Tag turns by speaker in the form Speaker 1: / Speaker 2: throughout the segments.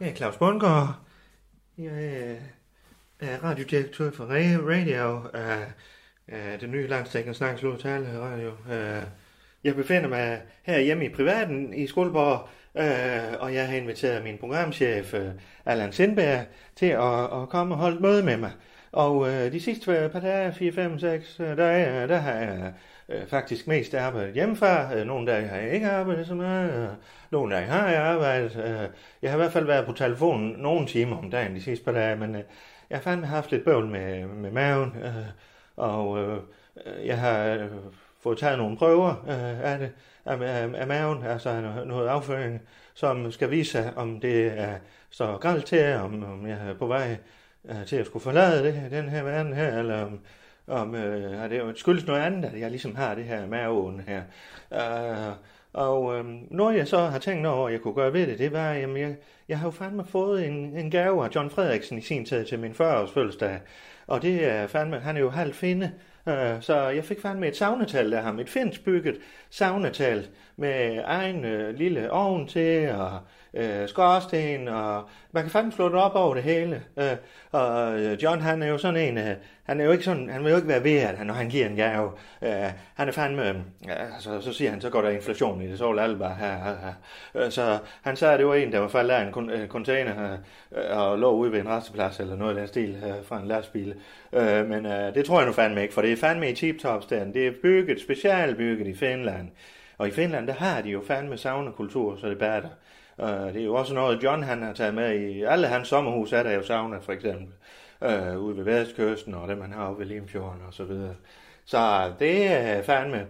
Speaker 1: Jeg er Claus Bundgaard. Jeg er, er radiodirektør for Re- Radio, øh, øh, det nye langstækkende snakkes tale radio. Øh, jeg befinder mig her hjemme i privaten i Skuldborg, øh, og jeg har inviteret min programchef, øh, Allan Sindberg, til at, at komme og holde et møde med mig. Og øh, de sidste par dage, 4, 5, 6 dage, øh, der har jeg øh, faktisk mest arbejdet hjemmefra. Øh, nogle dage har jeg ikke arbejdet så meget, øh, nogle dage har jeg arbejdet. Øh, jeg har i hvert fald været på telefonen nogle timer om dagen de sidste par dage, men øh, jeg har fandme haft lidt bøvl med, med maven, øh, og øh, øh, jeg har øh, fået taget nogle prøver øh, af, det, af, af, af maven, altså af noget, noget afføring, som skal vise sig, om det er så galt til, om, om jeg er på vej øh, til at skulle forlade det, her- den her verden her, eller om, om øh, har det jo skyldes noget andet, at jeg ligesom har det her maveåen her. Øh, og øh, noget jeg så har tænkt over, at jeg kunne gøre ved det, det var, at jeg, jeg har jo fandme fået en, en gave af John Frederiksen i sin tid til min 40-års fødselsdag. Og det er fandme, han er jo halvt finde, øh, så jeg fik fandme et savnetal af ham, et finsk bygget savnetal med egen øh, lille ovn til, og øh, skorsten, og man kan fandme slå det op over det hele. Øh, og øh, John, han er jo sådan en, øh, han er jo ikke sådan, han vil jo ikke være ved, at han, når han giver en gave. Øh, han er fandme, øh, altså, så siger han, så går der inflation i det, så vil alle bare have, have, have. Øh, Så han sagde, at det var en, der var faldet af en kon- øh, container øh, og lå ude ved en resteplads eller noget af den stil øh, fra en lastbil. Øh, men øh, det tror jeg nu fandme ikke, for det er fandme i tip-top stand. Det er bygget, specialbygget i Finland. Og i Finland, der har de jo fandme saunakultur, så det batter. Øh, det er jo også noget, John han har taget med i. Alle hans sommerhus er der jo sauna, for eksempel. Øh, ude ved Vestkysten, og dem han har oppe ved Limfjorden og så videre. Så det er fandme...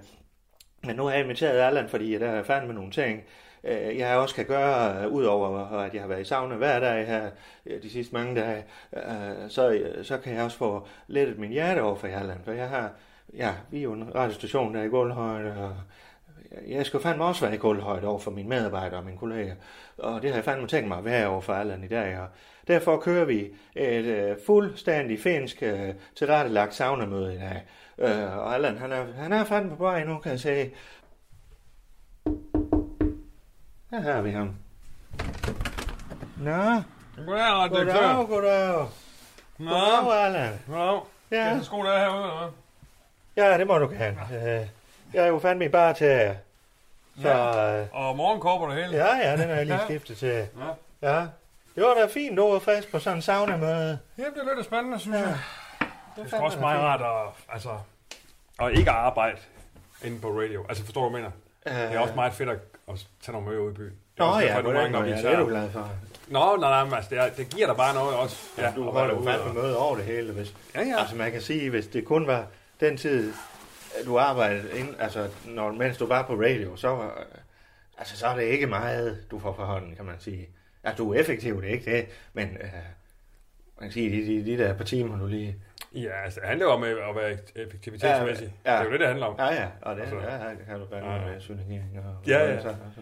Speaker 1: Men nu har jeg inviteret Allan, fordi der er fandme nogle ting, øh, jeg også kan gøre, øh, udover at jeg har været i sauna hver dag her øh, de sidste mange dage, øh, så, så kan jeg også få lettet min hjerte over for Allan, for jeg har, ja, vi er jo en radiostation der er i Guldhøjde, og jeg skal fandme også være i guldhøjde over for mine medarbejdere og mine kolleger. Og det har jeg fandme tænkt mig at være over for Allan i dag. Og derfor kører vi et øh, fuldstændig finsk øh, tilrettelagt saunamøde i dag. Øh, og Allan, han er, han er fandme på vej nu, kan jeg se. Her har vi ham. Nå,
Speaker 2: Goddag, ret direktør.
Speaker 1: goddag, goddag.
Speaker 2: Nå,
Speaker 1: Goddag, Allan.
Speaker 2: goddag. Ja.
Speaker 1: Ja,
Speaker 2: Jeg sko der herude, eller hvad?
Speaker 1: ja, det må du gerne. Øh, jeg er jo fandme bare til... Så, øh,
Speaker 2: Og morgenkåber det hele.
Speaker 1: ja, ja, den har jeg lige
Speaker 2: Ja.
Speaker 1: skiftet til.
Speaker 2: Ja.
Speaker 1: Ja. Det var da fint over frisk på sådan en sauna-møde.
Speaker 2: Jamen, det er lidt spændende, synes jeg. Det er sgu
Speaker 1: fandme
Speaker 2: også meget
Speaker 1: fint.
Speaker 2: rart at, altså, og ikke at arbejde inde på radio. Altså, forstår du, hvad jeg mener? Det er også meget fedt at, at tage nogle møder ud i byen. Det
Speaker 1: Nå
Speaker 2: er også
Speaker 1: Øh, ja,
Speaker 2: derfor,
Speaker 1: det
Speaker 2: nogle gange, når
Speaker 1: er
Speaker 2: vi
Speaker 1: jeg lidt
Speaker 2: tager...
Speaker 1: glad for.
Speaker 2: Nå, nej, nej, men altså, det, er, det giver dig bare noget også. Ja,
Speaker 1: Du
Speaker 2: at
Speaker 1: holder
Speaker 2: være
Speaker 1: jo
Speaker 2: derude
Speaker 1: fandme
Speaker 2: og-
Speaker 1: møde over det hele. Hvis,
Speaker 2: Ja, ja.
Speaker 1: altså man kan sige, hvis det kun var den tid, at du arbejdede, ind, altså når, mens du var på radio, så var, altså, så er det ikke meget, du får for hånden, kan man sige. Altså du er effektiv, det er ikke det, men øh, man kan sige, de, de, de der par timer, du lige...
Speaker 2: Ja, altså, det handler jo om at være effektivitetsmæssig.
Speaker 1: Ja, ja.
Speaker 2: Ja, ja. Det er jo det, det handler om.
Speaker 1: Ja, ja, og det,
Speaker 2: Altså-
Speaker 1: ja, ja, det kan du fandme
Speaker 2: Ja, ja.
Speaker 1: med synergien og...
Speaker 2: Ja, ja.
Speaker 1: og Så, og så,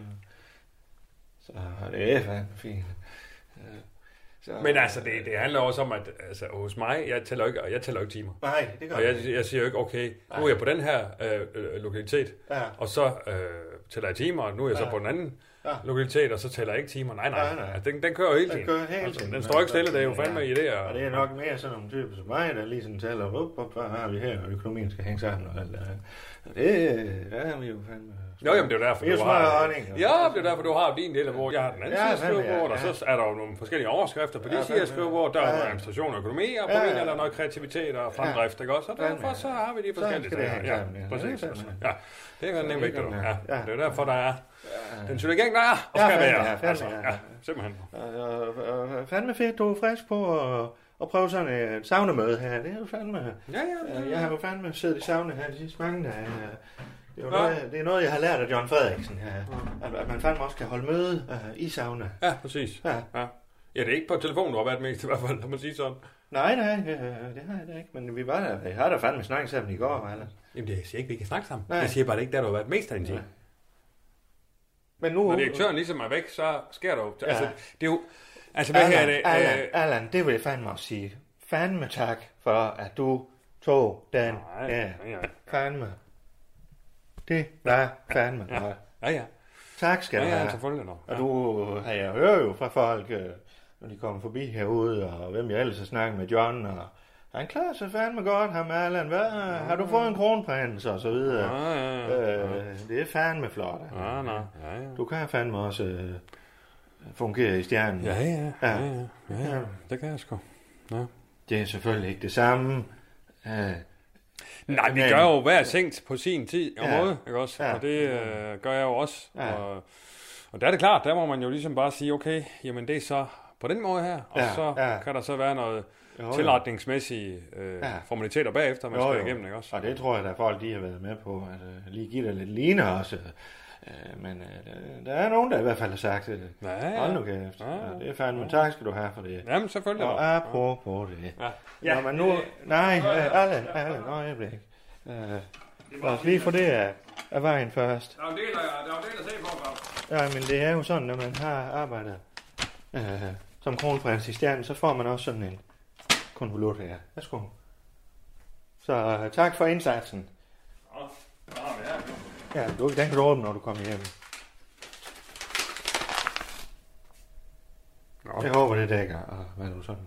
Speaker 1: så, det er fandme fint. Øh, Så,
Speaker 2: Men altså, det, det handler også om, at altså, hos mig, jeg tæller jo ikke, jeg tæller jo ikke timer.
Speaker 1: Nej, det gør
Speaker 2: Og
Speaker 1: jeg
Speaker 2: jeg,
Speaker 1: ikke.
Speaker 2: jeg siger jo ikke, okay, nu er jeg på den her øh, øh, lokalitet,
Speaker 1: Ja.
Speaker 2: og så øh, tæller jeg timer, og nu er jeg så
Speaker 1: Ja.
Speaker 2: på den anden
Speaker 1: Ja.
Speaker 2: lokalitet, og så tæller jeg ikke timer. Nej, nej,
Speaker 1: Nej, nej.
Speaker 2: Altså, den, den kører jo hele
Speaker 1: Den
Speaker 2: tiden.
Speaker 1: kører hele
Speaker 2: altså,
Speaker 1: tiden.
Speaker 2: den står ikke stille, det er jo fandme
Speaker 1: Ja.
Speaker 2: i det.
Speaker 1: Og det er nok mere sådan nogle typer som mig, der lige sådan taler, op, op, hvad har vi her, og økonomien skal hænge sammen og alt det her. Og det, øh, der er vi jo fandme...
Speaker 2: Jo, jamen, det er jo derfor,
Speaker 1: Vi er
Speaker 2: du
Speaker 1: smart
Speaker 2: har...
Speaker 1: honning, jo.
Speaker 2: Ja, det er derfor, du har din del af hvor jeg har den anden
Speaker 1: Ja,
Speaker 2: ja,
Speaker 1: fandme, ja.
Speaker 2: skrivebord, og
Speaker 1: Ja.
Speaker 2: så er der jo nogle forskellige overskrifter på de
Speaker 1: Ja,
Speaker 2: ja, sider af
Speaker 1: fandme.
Speaker 2: skrivebord. Der er
Speaker 1: Ja, ja.
Speaker 2: noget administration og økonomi, og på
Speaker 1: Ja, ja.
Speaker 2: ja, er der noget kreativitet og fremdrift, ikke også? Og
Speaker 1: Fandme,
Speaker 2: derfor
Speaker 1: ja.
Speaker 2: så har vi de
Speaker 1: Sådan
Speaker 2: forskellige
Speaker 1: skal det
Speaker 2: sager.
Speaker 1: hænge sammen, ja.
Speaker 2: Ja, præcis.
Speaker 1: Ja, det er fandme.
Speaker 2: Ja, det er nemlig vigtigt.
Speaker 1: det er
Speaker 2: Ja,
Speaker 1: ja.
Speaker 2: det er derfor, der er den synergering, der er, og
Speaker 1: Ja,
Speaker 2: skal
Speaker 1: fandme,
Speaker 2: være.
Speaker 1: ja, fandme,
Speaker 2: Altså,
Speaker 1: ja.
Speaker 2: ja, simpelthen.
Speaker 1: Og, og, og, fandme fedt, du er frisk på, og, og prøve sådan øh, en saunamøde her. Det er jo fandme...
Speaker 2: Ja, ja,
Speaker 1: Øh, jeg har jo fandme siddet i sauna her de sidste mange dage. øh. Det er, jo
Speaker 2: Nå.
Speaker 1: noget, det er noget, jeg har lært af John Frederiksen. øh, At, at man fandme også kan holde møde øh, i sauna.
Speaker 2: ja, præcis.
Speaker 1: Ja.
Speaker 2: Ja. ja, det er ikke på telefonen, du har været mest i hvert fald, lad mig sige sådan.
Speaker 1: Nej, nej, øh, det har jeg da ikke. Men vi var der, jeg har da fandme snakket sammen i går. Eller?
Speaker 2: Jamen, det siger ikke, vi kan snakke sammen.
Speaker 1: Nej.
Speaker 2: Jeg siger bare, det er ikke der, du har været mest af din ting.
Speaker 1: Nej. Men nu...
Speaker 2: Når direktøren ligesom er væk, så sker der jo...
Speaker 1: Ja.
Speaker 2: Altså, det er jo... Altså, hvad her er
Speaker 1: Allan,
Speaker 2: det?
Speaker 1: Allan,
Speaker 2: Øh,
Speaker 1: Allan, det vil jeg fandme også sige. Fandme tak for, at du tog den.
Speaker 2: nej,
Speaker 1: Ja,
Speaker 2: ja, ja.
Speaker 1: fandme. Det var fandme
Speaker 2: Ja.
Speaker 1: godt.
Speaker 2: Ja, ja.
Speaker 1: Tak skal
Speaker 2: Ja,
Speaker 1: du
Speaker 2: ja,
Speaker 1: have.
Speaker 2: selvfølgelig nok.
Speaker 1: Og du har jeg hører jo fra folk, øh, når de kommer forbi herude, og hvem jeg ellers har snakket med John, og han klarer sig fandme godt, ham Allan. Hvad? Har du fået en kronprins? Og så
Speaker 2: Ja,
Speaker 1: videre.
Speaker 2: ja, ja.
Speaker 1: Øh, det er fandme flot. altså. Allan.
Speaker 2: Ja, nej. Ja, ja.
Speaker 1: Du kan fandme også øh, fungere i stjernen.
Speaker 2: Ja, ja, ja, ja, ja,
Speaker 1: Ja.
Speaker 2: ja. Det kan jeg sgu.
Speaker 1: Det er selvfølgelig ikke det samme. Øh,
Speaker 2: Nej, vi
Speaker 1: Men-
Speaker 2: gør jo hver ting på sin tid og
Speaker 1: Ja.
Speaker 2: måde, ikke også?
Speaker 1: Ja.
Speaker 2: Og det øh, gør jeg jo også.
Speaker 1: Ja.
Speaker 2: Og, og der er det klart, der må man jo ligesom bare sige, okay, jamen det er så på den måde her, og
Speaker 1: Ja,
Speaker 2: så
Speaker 1: ja.
Speaker 2: kan der så være noget
Speaker 1: jo, jo.
Speaker 2: tilretningsmæssige øh,
Speaker 1: Ja.
Speaker 2: formaliteter bagefter, man
Speaker 1: Jo,
Speaker 2: skal
Speaker 1: jo.
Speaker 2: igennem, ikke også?
Speaker 1: Og det tror jeg, at folk de har været med på. At, øh, lige give det lidt ligner også. Øh, men øh, der er nogen, der i hvert fald har sagt det. Øh,
Speaker 2: Ja, ja.
Speaker 1: Hold nu kæft.
Speaker 2: Ja, ja.
Speaker 1: Ja, det er fandme. Tak skal du have for det.
Speaker 2: Jamen selvfølgelig.
Speaker 1: Og
Speaker 2: Ja.
Speaker 1: apropos det.
Speaker 2: Ja.
Speaker 1: Ja, Når man nu... Nej, øh, Allan, Allan, øjeblik. Øh, lad os lige få det af, af vejen først.
Speaker 2: Der er jo en del, der, der, er en del at se på,
Speaker 1: Ja, men det er jo sådan, når man har arbejdet øh, som kronprins i stjernen, så får man også sådan en konvolut her. Værsgo. Så øh, tak for indsatsen. Ja, du, den kan du åbne, når du kommer hjem.
Speaker 2: Nå.
Speaker 1: Jeg håber, det dækker. Og hvad er du sådan?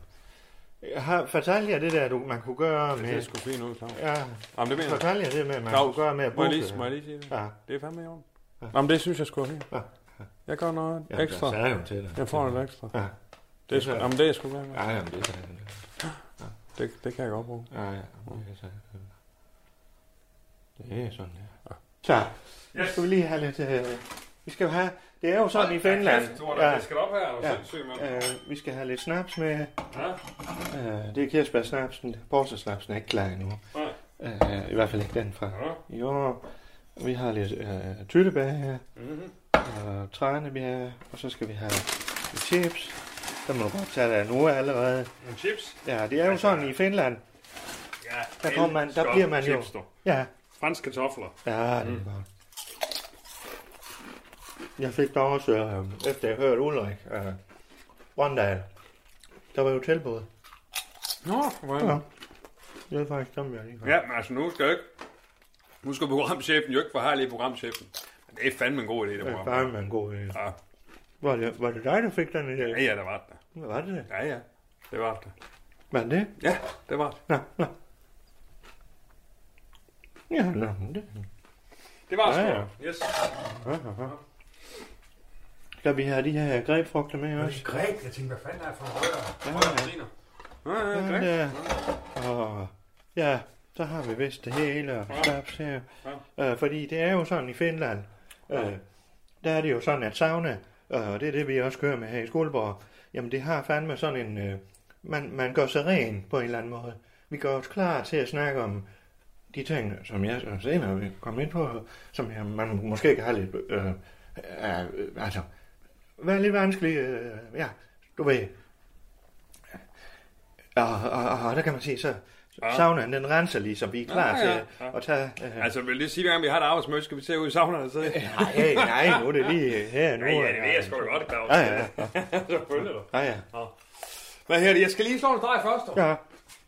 Speaker 1: Jeg har fortalt jer det der, du, man kunne gøre
Speaker 2: Det ser
Speaker 1: med...
Speaker 2: sgu fint ud, Claus.
Speaker 1: Ja,
Speaker 2: Jamen det mener jeg.
Speaker 1: fortalte jer det med, at man
Speaker 2: Claus,
Speaker 1: kunne gøre med at
Speaker 2: Må jeg
Speaker 1: booke.
Speaker 2: lige, må jeg lige sige det?
Speaker 1: Ja,
Speaker 2: Det er fandme i orden.
Speaker 1: Ja.
Speaker 2: Jamen det synes jeg sgu er fint.
Speaker 1: Ja.
Speaker 2: Jeg gør noget
Speaker 1: jamen,
Speaker 2: ekstra.
Speaker 1: der sagde jeg jo til dig.
Speaker 2: Jeg får noget ekstra.
Speaker 1: Ja.
Speaker 2: Det er sgu,
Speaker 1: Ja.
Speaker 2: jamen det er sgu godt.
Speaker 1: Ja, jamen, det sagde jeg.
Speaker 2: Det, det kan jeg godt bruge.
Speaker 1: Ja, Ah, ja. Det er, øh. det er sådan, ja. Så, nu skal vi lige have lidt... Øh, vi skal jo have... Det er jo sådan i Finland.
Speaker 2: Ja. Det skal op her, og
Speaker 1: Ja.
Speaker 2: ja. sindssygt, mand.
Speaker 1: Øh, vi skal have lidt snaps med.
Speaker 2: Ja.
Speaker 1: Øh, det er Kirsberg snapsen. Bortset snapsen er ikke klar endnu.
Speaker 2: Nej.
Speaker 1: Øh, I hvert fald ikke den fra.
Speaker 2: Ja.
Speaker 1: Jo, vi har lidt øh, tyttebær her,
Speaker 2: Mhm.
Speaker 1: og trænebær, og så skal vi have lidt chips. Der må du godt tage dig nu allerede.
Speaker 2: Nogle chips.
Speaker 1: Ja, det er jo sådan i Finland.
Speaker 2: Ja.
Speaker 1: Der kommer man- der
Speaker 2: elsker
Speaker 1: bliver man jo-
Speaker 2: chips, du.
Speaker 1: Ja,
Speaker 2: Franske kartofler.
Speaker 1: Ja, det er godt. Jeg fik da også, øh, efter jeg hørte Ulrik, øh, Rondal, der var jo tilbud.
Speaker 2: Nå, hvor
Speaker 1: Ja. Det er faktisk dem, jeg lige har.
Speaker 2: Ja, men altså nu skal jeg ikke... Nu skal programchefen jo ikke forhejle i programchefen. Men Det er fandme en god idé, det
Speaker 1: Det er
Speaker 2: program.
Speaker 1: fandme en god idé.
Speaker 2: Ja,
Speaker 1: Var det, var det dig, der fik den idé?
Speaker 2: ja, ja, det var det.
Speaker 1: Hvad var det?
Speaker 2: Ja, ja. Det var det.
Speaker 1: Var det det?
Speaker 2: Ja, det var det.
Speaker 1: Nå, nå. Ja, nå, men det.
Speaker 2: Det var det.
Speaker 1: Ja,
Speaker 2: sgu. Yes.
Speaker 1: Ja, ja, ja. Skal vi have de her grebfrugter med også?
Speaker 2: Greb, jeg tænkte, hvad fanden er for højre?
Speaker 1: højre
Speaker 2: ja. Ja, ja,
Speaker 1: Ja,
Speaker 2: greb.
Speaker 1: der. øh, Og ja, så har vi vist det hele og snaps her. Øh, fordi det er jo sådan i Finland, øh, der er det jo sådan, at sauna, øh, og det er det, vi også kører med her i Skuldborg, jamen det har fandme sådan en, øh, man, man gør sig ren på en eller anden måde. Vi gør os klar til at snakke om de ting, som jeg så senere vil komme ind på, som jeg, man måske kan have lidt, øh, øh, øh, altså, være lidt vanskelig, øh, ja, du ved. Og, og, og, og der kan man sige, så
Speaker 2: Ja.
Speaker 1: saunaen, den renser lige, så vi er klar
Speaker 2: Ja, ja,
Speaker 1: til
Speaker 2: ja.
Speaker 1: at tage... Øh,
Speaker 2: Altså, vil det sige, hver gang vi har et arbejdsmøde, skal vi se ud i saunaen og sidde?
Speaker 1: Nej, nej, nu er det lige her nu.
Speaker 2: Ja, ja, det ved jeg sgu da godt, Claus.
Speaker 1: Ja, ja, ja.
Speaker 2: Selvfølgelig.
Speaker 1: Ja, ja.
Speaker 2: Hvad her? Jeg skal lige slå en streg først. dog.
Speaker 1: ja.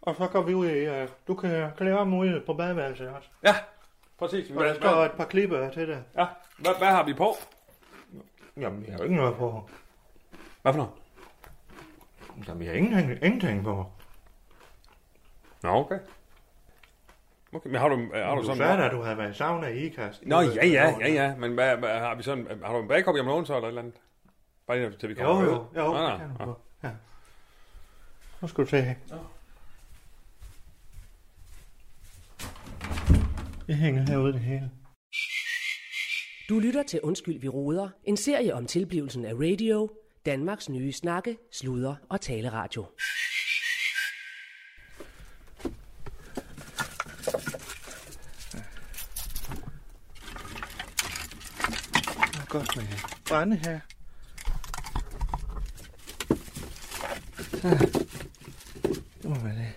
Speaker 1: Og så går vi ud i, øh, du kan klæde om ude på badeværelset også.
Speaker 2: Ja, præcis.
Speaker 1: Og
Speaker 2: Hvad,
Speaker 1: der står et par klipper til dig.
Speaker 2: ja, hvad, hvad har vi på?
Speaker 1: Jamen, vi har jo ikke noget på.
Speaker 2: Hvad for noget?
Speaker 1: Jamen, vi har ingenting, ingenting på.
Speaker 2: Nå, okay. Okay, men har du, øh, har du,
Speaker 1: Du
Speaker 2: sådan...
Speaker 1: sagde da, du havde været i sauna i ikast.
Speaker 2: Nå, ja, ja, ja, ja. Men hvad, hvad, har vi sådan... Har du en bagkop hjemme nogen, så eller et eller andet? Bare lige, til vi
Speaker 1: Jo,
Speaker 2: kommer
Speaker 1: jo,
Speaker 2: ud.
Speaker 1: jo. jo
Speaker 2: Nå,
Speaker 1: det kan du
Speaker 2: nå, nå.
Speaker 1: få. Ja. Nu skal du se her. Det hænger herude det hele.
Speaker 3: Du lytter til Undskyld, vi roder, en serie om tilblivelsen af radio, Danmarks nye snakke, sludre og taleradio.
Speaker 1: godt med brænde her. Så. Ah, Det må være det.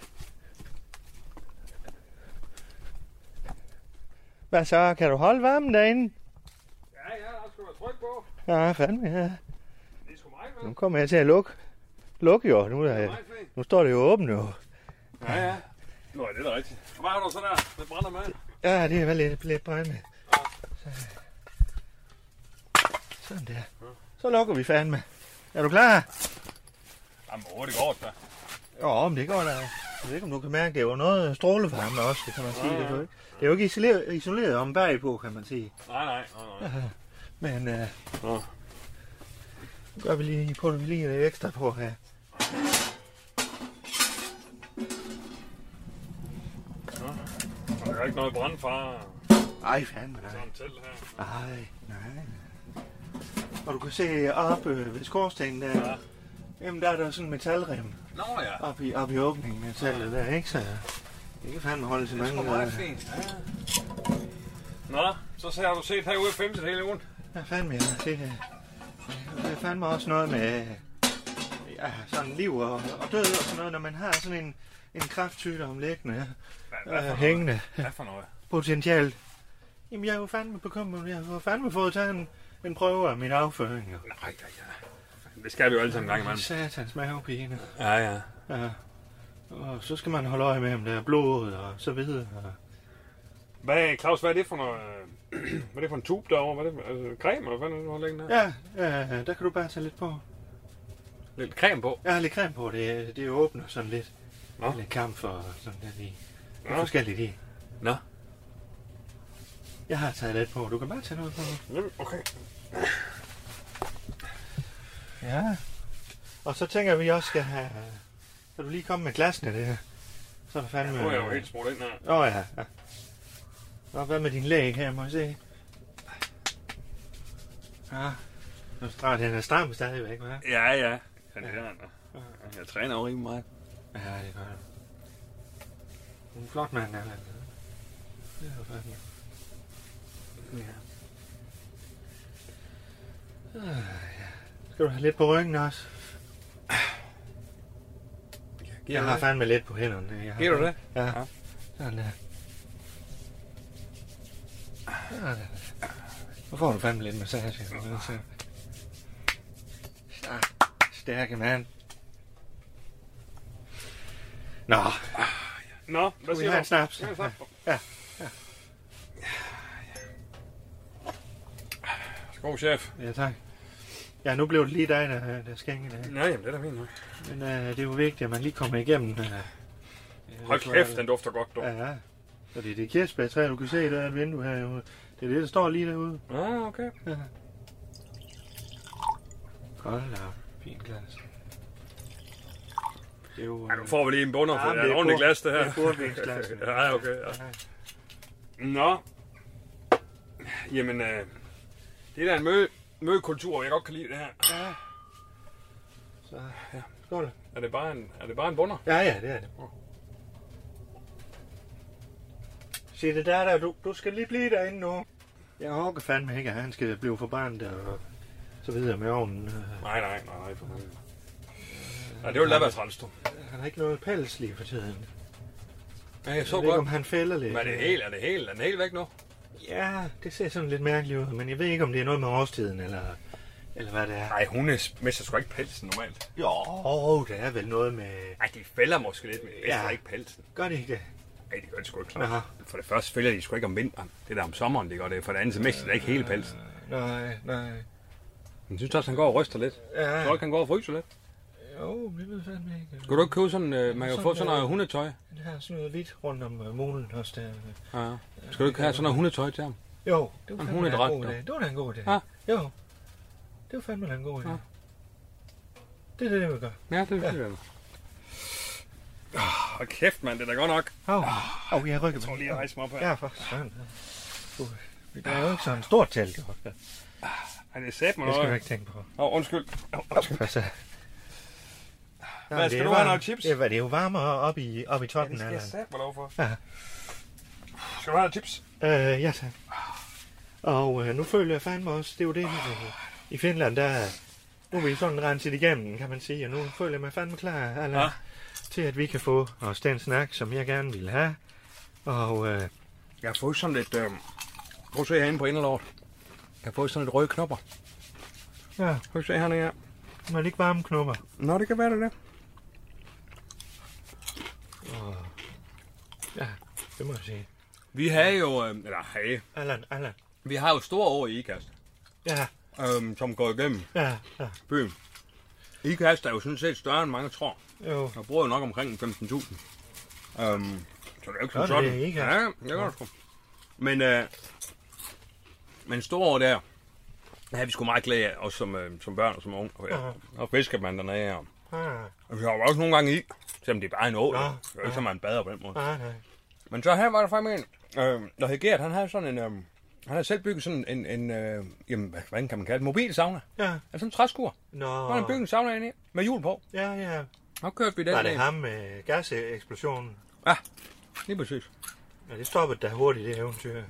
Speaker 1: Hvad så? Kan du holde varmen derinde?
Speaker 2: Ja, ja, der skal du tryk på.
Speaker 1: Ja, fandme ja.
Speaker 2: Det er sgu mig,
Speaker 1: Nu kommer jeg til at lukke. Lukke jo. Nu, er,
Speaker 2: fint.
Speaker 1: nu står det jo åbent jo.
Speaker 2: Ja, ja. Nå, det er da rigtigt. Og hvad har du så der? Det brænder med.
Speaker 1: Ja, det er vel lidt, lidt brænde. Så. Sådan der. Så lukker vi fandme. Er du klar?
Speaker 2: Jamen, åh, det går da.
Speaker 1: Jo, men det går da. Jeg ved ikke, om du kan mærke, det var noget strålevarme også, det kan man sige. Det er jo ikke, det er jo ikke isoleret, isoleret om bagpå, kan man sige.
Speaker 2: Nej, nej, nej, nej.
Speaker 1: Men øh,
Speaker 2: Nå.
Speaker 1: nu gør vi lige, putter vi lige lidt ekstra på her.
Speaker 2: Der er ikke noget brandfare.
Speaker 1: Ej, fandme nej.
Speaker 2: Sådan en telt her.
Speaker 1: Ej, nej. Og du kan se op øh, ved skorstenen der,
Speaker 2: Ja.
Speaker 1: ja. jamen der er der sådan en metalrem
Speaker 2: Nå ja.
Speaker 1: op i, op i åbningen af tallet der, ikke? Så det kan fandme holde til
Speaker 2: Det er sgu
Speaker 1: mange.
Speaker 2: meget
Speaker 1: øh,
Speaker 2: fint. Ja. Nå, så ser- har du set herude i Femset hele ugen.
Speaker 1: Hvad fanden jeg? Det, øh, det er fandme også noget med øh, ja, sådan liv og, og død og sådan noget, når man har sådan en, en kræftsygdom liggende,
Speaker 2: Hvad, hvad
Speaker 1: øh,
Speaker 2: for noget?
Speaker 1: hængende
Speaker 2: Hvad for noget?
Speaker 1: potentielt. Jamen, jeg er jo fandme bekymret. Jeg har jo fandme fået taget en, en prøve af min afføring. Jo.
Speaker 2: Nej, ja, ja. Det skal vi jo alle sammen en gang imellem.
Speaker 1: Satans mavepine.
Speaker 2: Ja, ja.
Speaker 1: Ja. Og så skal man holde øje med, om der er blod og så videre. Og
Speaker 2: Hvad, Claus, hvad er det for noget... øh, hvad er det for en tube derovre? Hvad er det for, altså, creme, eller hvad er det, du har liggende her?
Speaker 1: Ja, ja, der kan du bare tage lidt på.
Speaker 2: Lidt creme på.
Speaker 1: Jeg har lidt creme på, det, det åbner sådan lidt.
Speaker 2: Nå.
Speaker 1: Lidt kamp og sådan lidt i. Lidt
Speaker 2: Nå.
Speaker 1: forskelligt i.
Speaker 2: Nå.
Speaker 1: Jeg har taget lidt på. Du kan bare tage noget på.
Speaker 2: Jamen, Okay.
Speaker 1: Ja. Og så tænker vi også skal have... Kan du lige komme med glasene det her? Så er der fandme...
Speaker 2: Nu er jeg jo helt smurt ind her.
Speaker 1: Åh oh, ja. ja. Nå, hvad med din læg her, må jeg se? Ja. Nu er stram, den er stram stadigvæk, hva'?
Speaker 2: Ja, ja. Den her, der. Jeg træner jo rimelig meget.
Speaker 1: Ja, det gør den. Hun er flot mand, der mand. Det er jo fandme.
Speaker 2: Ja.
Speaker 1: Skal du have lidt på ryggen også?
Speaker 2: Giver
Speaker 1: Jeg
Speaker 2: du
Speaker 1: har
Speaker 2: det?
Speaker 1: fandme lidt på hænderne. Jeg har
Speaker 2: Giver du det?
Speaker 1: Ja.
Speaker 2: Ja.
Speaker 1: ja. Sådan der. Sådan der. Nu får du fandme lidt massage. jeg må sige. Så. Stærke mand. Nå,
Speaker 2: Nå,
Speaker 1: vi har
Speaker 2: hvad
Speaker 1: en
Speaker 2: siger du?
Speaker 1: snaps.
Speaker 2: Skal vi snakke?
Speaker 1: Ja.
Speaker 2: Skål, chef.
Speaker 1: Ja, tak. Ja, nu blev det lige dig, der, der skænkede det.
Speaker 2: Nej, jamen, det er da fint nok.
Speaker 1: Men øh, det er jo vigtigt, at man lige kommer igennem. Øh,
Speaker 2: Hold kæft, den dufter godt, du.
Speaker 1: Ja, ja. Og det er det kirsebærtræ, du kan se, der er et vindue her. jo. Det er det, der står lige derude.
Speaker 2: Ah, okay.
Speaker 1: Hold da op. Fint glas. Det er jo... øh,
Speaker 2: Ja, nu får vi lige en bunder, for
Speaker 1: Ja,
Speaker 2: det
Speaker 1: men
Speaker 2: er
Speaker 1: det
Speaker 2: et
Speaker 1: er
Speaker 2: ordentligt
Speaker 1: bur-
Speaker 2: glas, det her.
Speaker 1: det er burhønsglas, men-
Speaker 2: ja, okay. Ja. Nå. Jamen, øh, det er da en mø, møkultur, og jeg godt kan lide det her.
Speaker 1: Ja. Så, ja. Skål.
Speaker 2: Er det bare en, er det bare en bunder?
Speaker 1: Ja, ja, det er det. Se det der, der du, du skal lige blive derinde nu. Jeg orker fandme ikke, at han skal blive forbrændt og så videre med ovnen. Øh,
Speaker 2: Nej, nej, nej, nej. For fanden. Nej, det ville da være træls, du.
Speaker 1: Han har ikke noget pels lige for tiden.
Speaker 2: Ja, jeg så
Speaker 1: Jeg ved ikke, om
Speaker 2: godt.
Speaker 1: han fælder lidt.
Speaker 2: Men er det helt, er det helt, er den helt væk nu?
Speaker 1: Ja, det ser sådan lidt mærkeligt ud, men jeg ved ikke, om det er noget med årstiden, eller, eller hvad det er.
Speaker 2: Nej, hunde mister sgu ikke pelsen normalt.
Speaker 1: Jo, oh, der er vel noget med...
Speaker 2: Nej, de fælder måske lidt, men de mister
Speaker 1: Ja.
Speaker 2: ikke pelsen.
Speaker 1: Gør det ikke det?
Speaker 2: Nej, det gør de sgu ikke.
Speaker 1: Aha.
Speaker 2: Klar. For det første fælder de sgu ikke om vinteren. Det er da om sommeren, de gør det. For det andet, så mister de da ikke hele pelsen.
Speaker 1: Nej, nej.
Speaker 2: Men synes også, han går og ryster lidt.
Speaker 1: Ja,
Speaker 2: Tror du ikke, han går og fryser lidt?
Speaker 1: jo, men det ved fandme ikke.
Speaker 2: Skulle du ikke købe sådan, øh, man kan jo
Speaker 1: Sådan
Speaker 2: få sådan noget
Speaker 1: noget.
Speaker 2: hundetøj.
Speaker 1: Den har sådan noget hvidt rundt om øh, mulen også der.
Speaker 2: Ja, ja. Skal du ikke have sådan noget hundetøj til ham?
Speaker 1: Jo, det
Speaker 2: Men
Speaker 1: var
Speaker 2: hun
Speaker 1: fandme
Speaker 2: er
Speaker 1: en
Speaker 2: dræbt,
Speaker 1: god
Speaker 2: jo.
Speaker 1: idé. Det var da en god idé.
Speaker 2: Ja.
Speaker 1: Jo, det var fandme da en god idé.
Speaker 2: Ja.
Speaker 1: Det er det, vi gør.
Speaker 2: Ja, det vil jeg. Åh, Ah, Hold kæft, mand. Det er da godt nok.
Speaker 1: Åh, oh. oh, jeg rykker
Speaker 2: Jeg tror lige, jeg rejser mig op her.
Speaker 1: Ja, for sådan. Uh, Det er jo ikke sådan en stor telt, jo. Det
Speaker 2: Ej, det er sæt mig
Speaker 1: skal du
Speaker 2: noget.
Speaker 1: ikke tænke på.
Speaker 2: Åh, undskyld. Åh, undskyld.
Speaker 1: Altså.
Speaker 2: Hvad, skal du have noget chips?
Speaker 1: Ja, hvad, det er jo varmere op i, op i
Speaker 2: Ja,
Speaker 1: toppen.
Speaker 2: det skal
Speaker 1: eller?
Speaker 2: jeg sæt mig lov for.
Speaker 1: Ja.
Speaker 2: Skal du have noget chips?
Speaker 1: Øh, ja, tak. Og øh, nu føler jeg fandme også, det er jo det, øh, i Finland, der er- nu er vi sådan renset igennem, kan man sige, og nu føler jeg mig fandme klar eller,
Speaker 4: Ja.
Speaker 1: ja. til, at vi kan få os den snak, som jeg gerne ville have. Og øh,
Speaker 4: Jeg har fået sådan lidt... Øh... Prøv at se herinde på inderlort. Jeg har fået sådan lidt røde knopper.
Speaker 1: ja,
Speaker 4: Prøv at se hernede her.
Speaker 1: man ikke varme knopper.
Speaker 4: Nå, det kan være det der.
Speaker 1: Ja, det må jeg sige.
Speaker 2: Vi havde jo, øh, eller hey,
Speaker 1: Allan, Allan.
Speaker 2: vi har jo store år i IKAST,
Speaker 1: Ja,
Speaker 2: øh, som går igennem
Speaker 1: ja, ja.
Speaker 2: byen. IKAST er jo sådan set større end mange tror.
Speaker 1: Jo,
Speaker 2: Jeg bruger jo nok omkring 15.000. Øhm, så det er jo ikke
Speaker 1: Sådan,
Speaker 2: som sådan.
Speaker 1: det er IKAST.
Speaker 2: ja, det gør det sgu. Men, øh, men store år der, der havde vi sgu meget glæde af, også som, øh, som børn og som unge. Og, ja, og fiskede man dernede her.
Speaker 1: ah,
Speaker 2: Og vi har jo også nogle gange i, selvom det er bare en ål.
Speaker 1: Nå,
Speaker 2: Ja, det er jo ikke,
Speaker 1: ja.
Speaker 2: som man bader på den måde.
Speaker 1: ah, nej.
Speaker 2: Men så her var der faktisk en, øh, der hed Gert, han havde sådan en, øh, han havde selv bygget sådan en, en øh, jamen, hvad, hvordan kan man kalde det, mobil sauna.
Speaker 1: Ja,
Speaker 2: Altså en træskur. Så
Speaker 1: nå.
Speaker 2: havde han bygget en sauna ind i, med hjul på.
Speaker 1: Ja, ja.
Speaker 2: Og kørte vi den øh,
Speaker 1: Var det
Speaker 2: ind.
Speaker 1: ham med gaseksplosionen?
Speaker 2: Ja, lige præcis.
Speaker 1: Ja, det stoppede da hurtigt, det eventyr.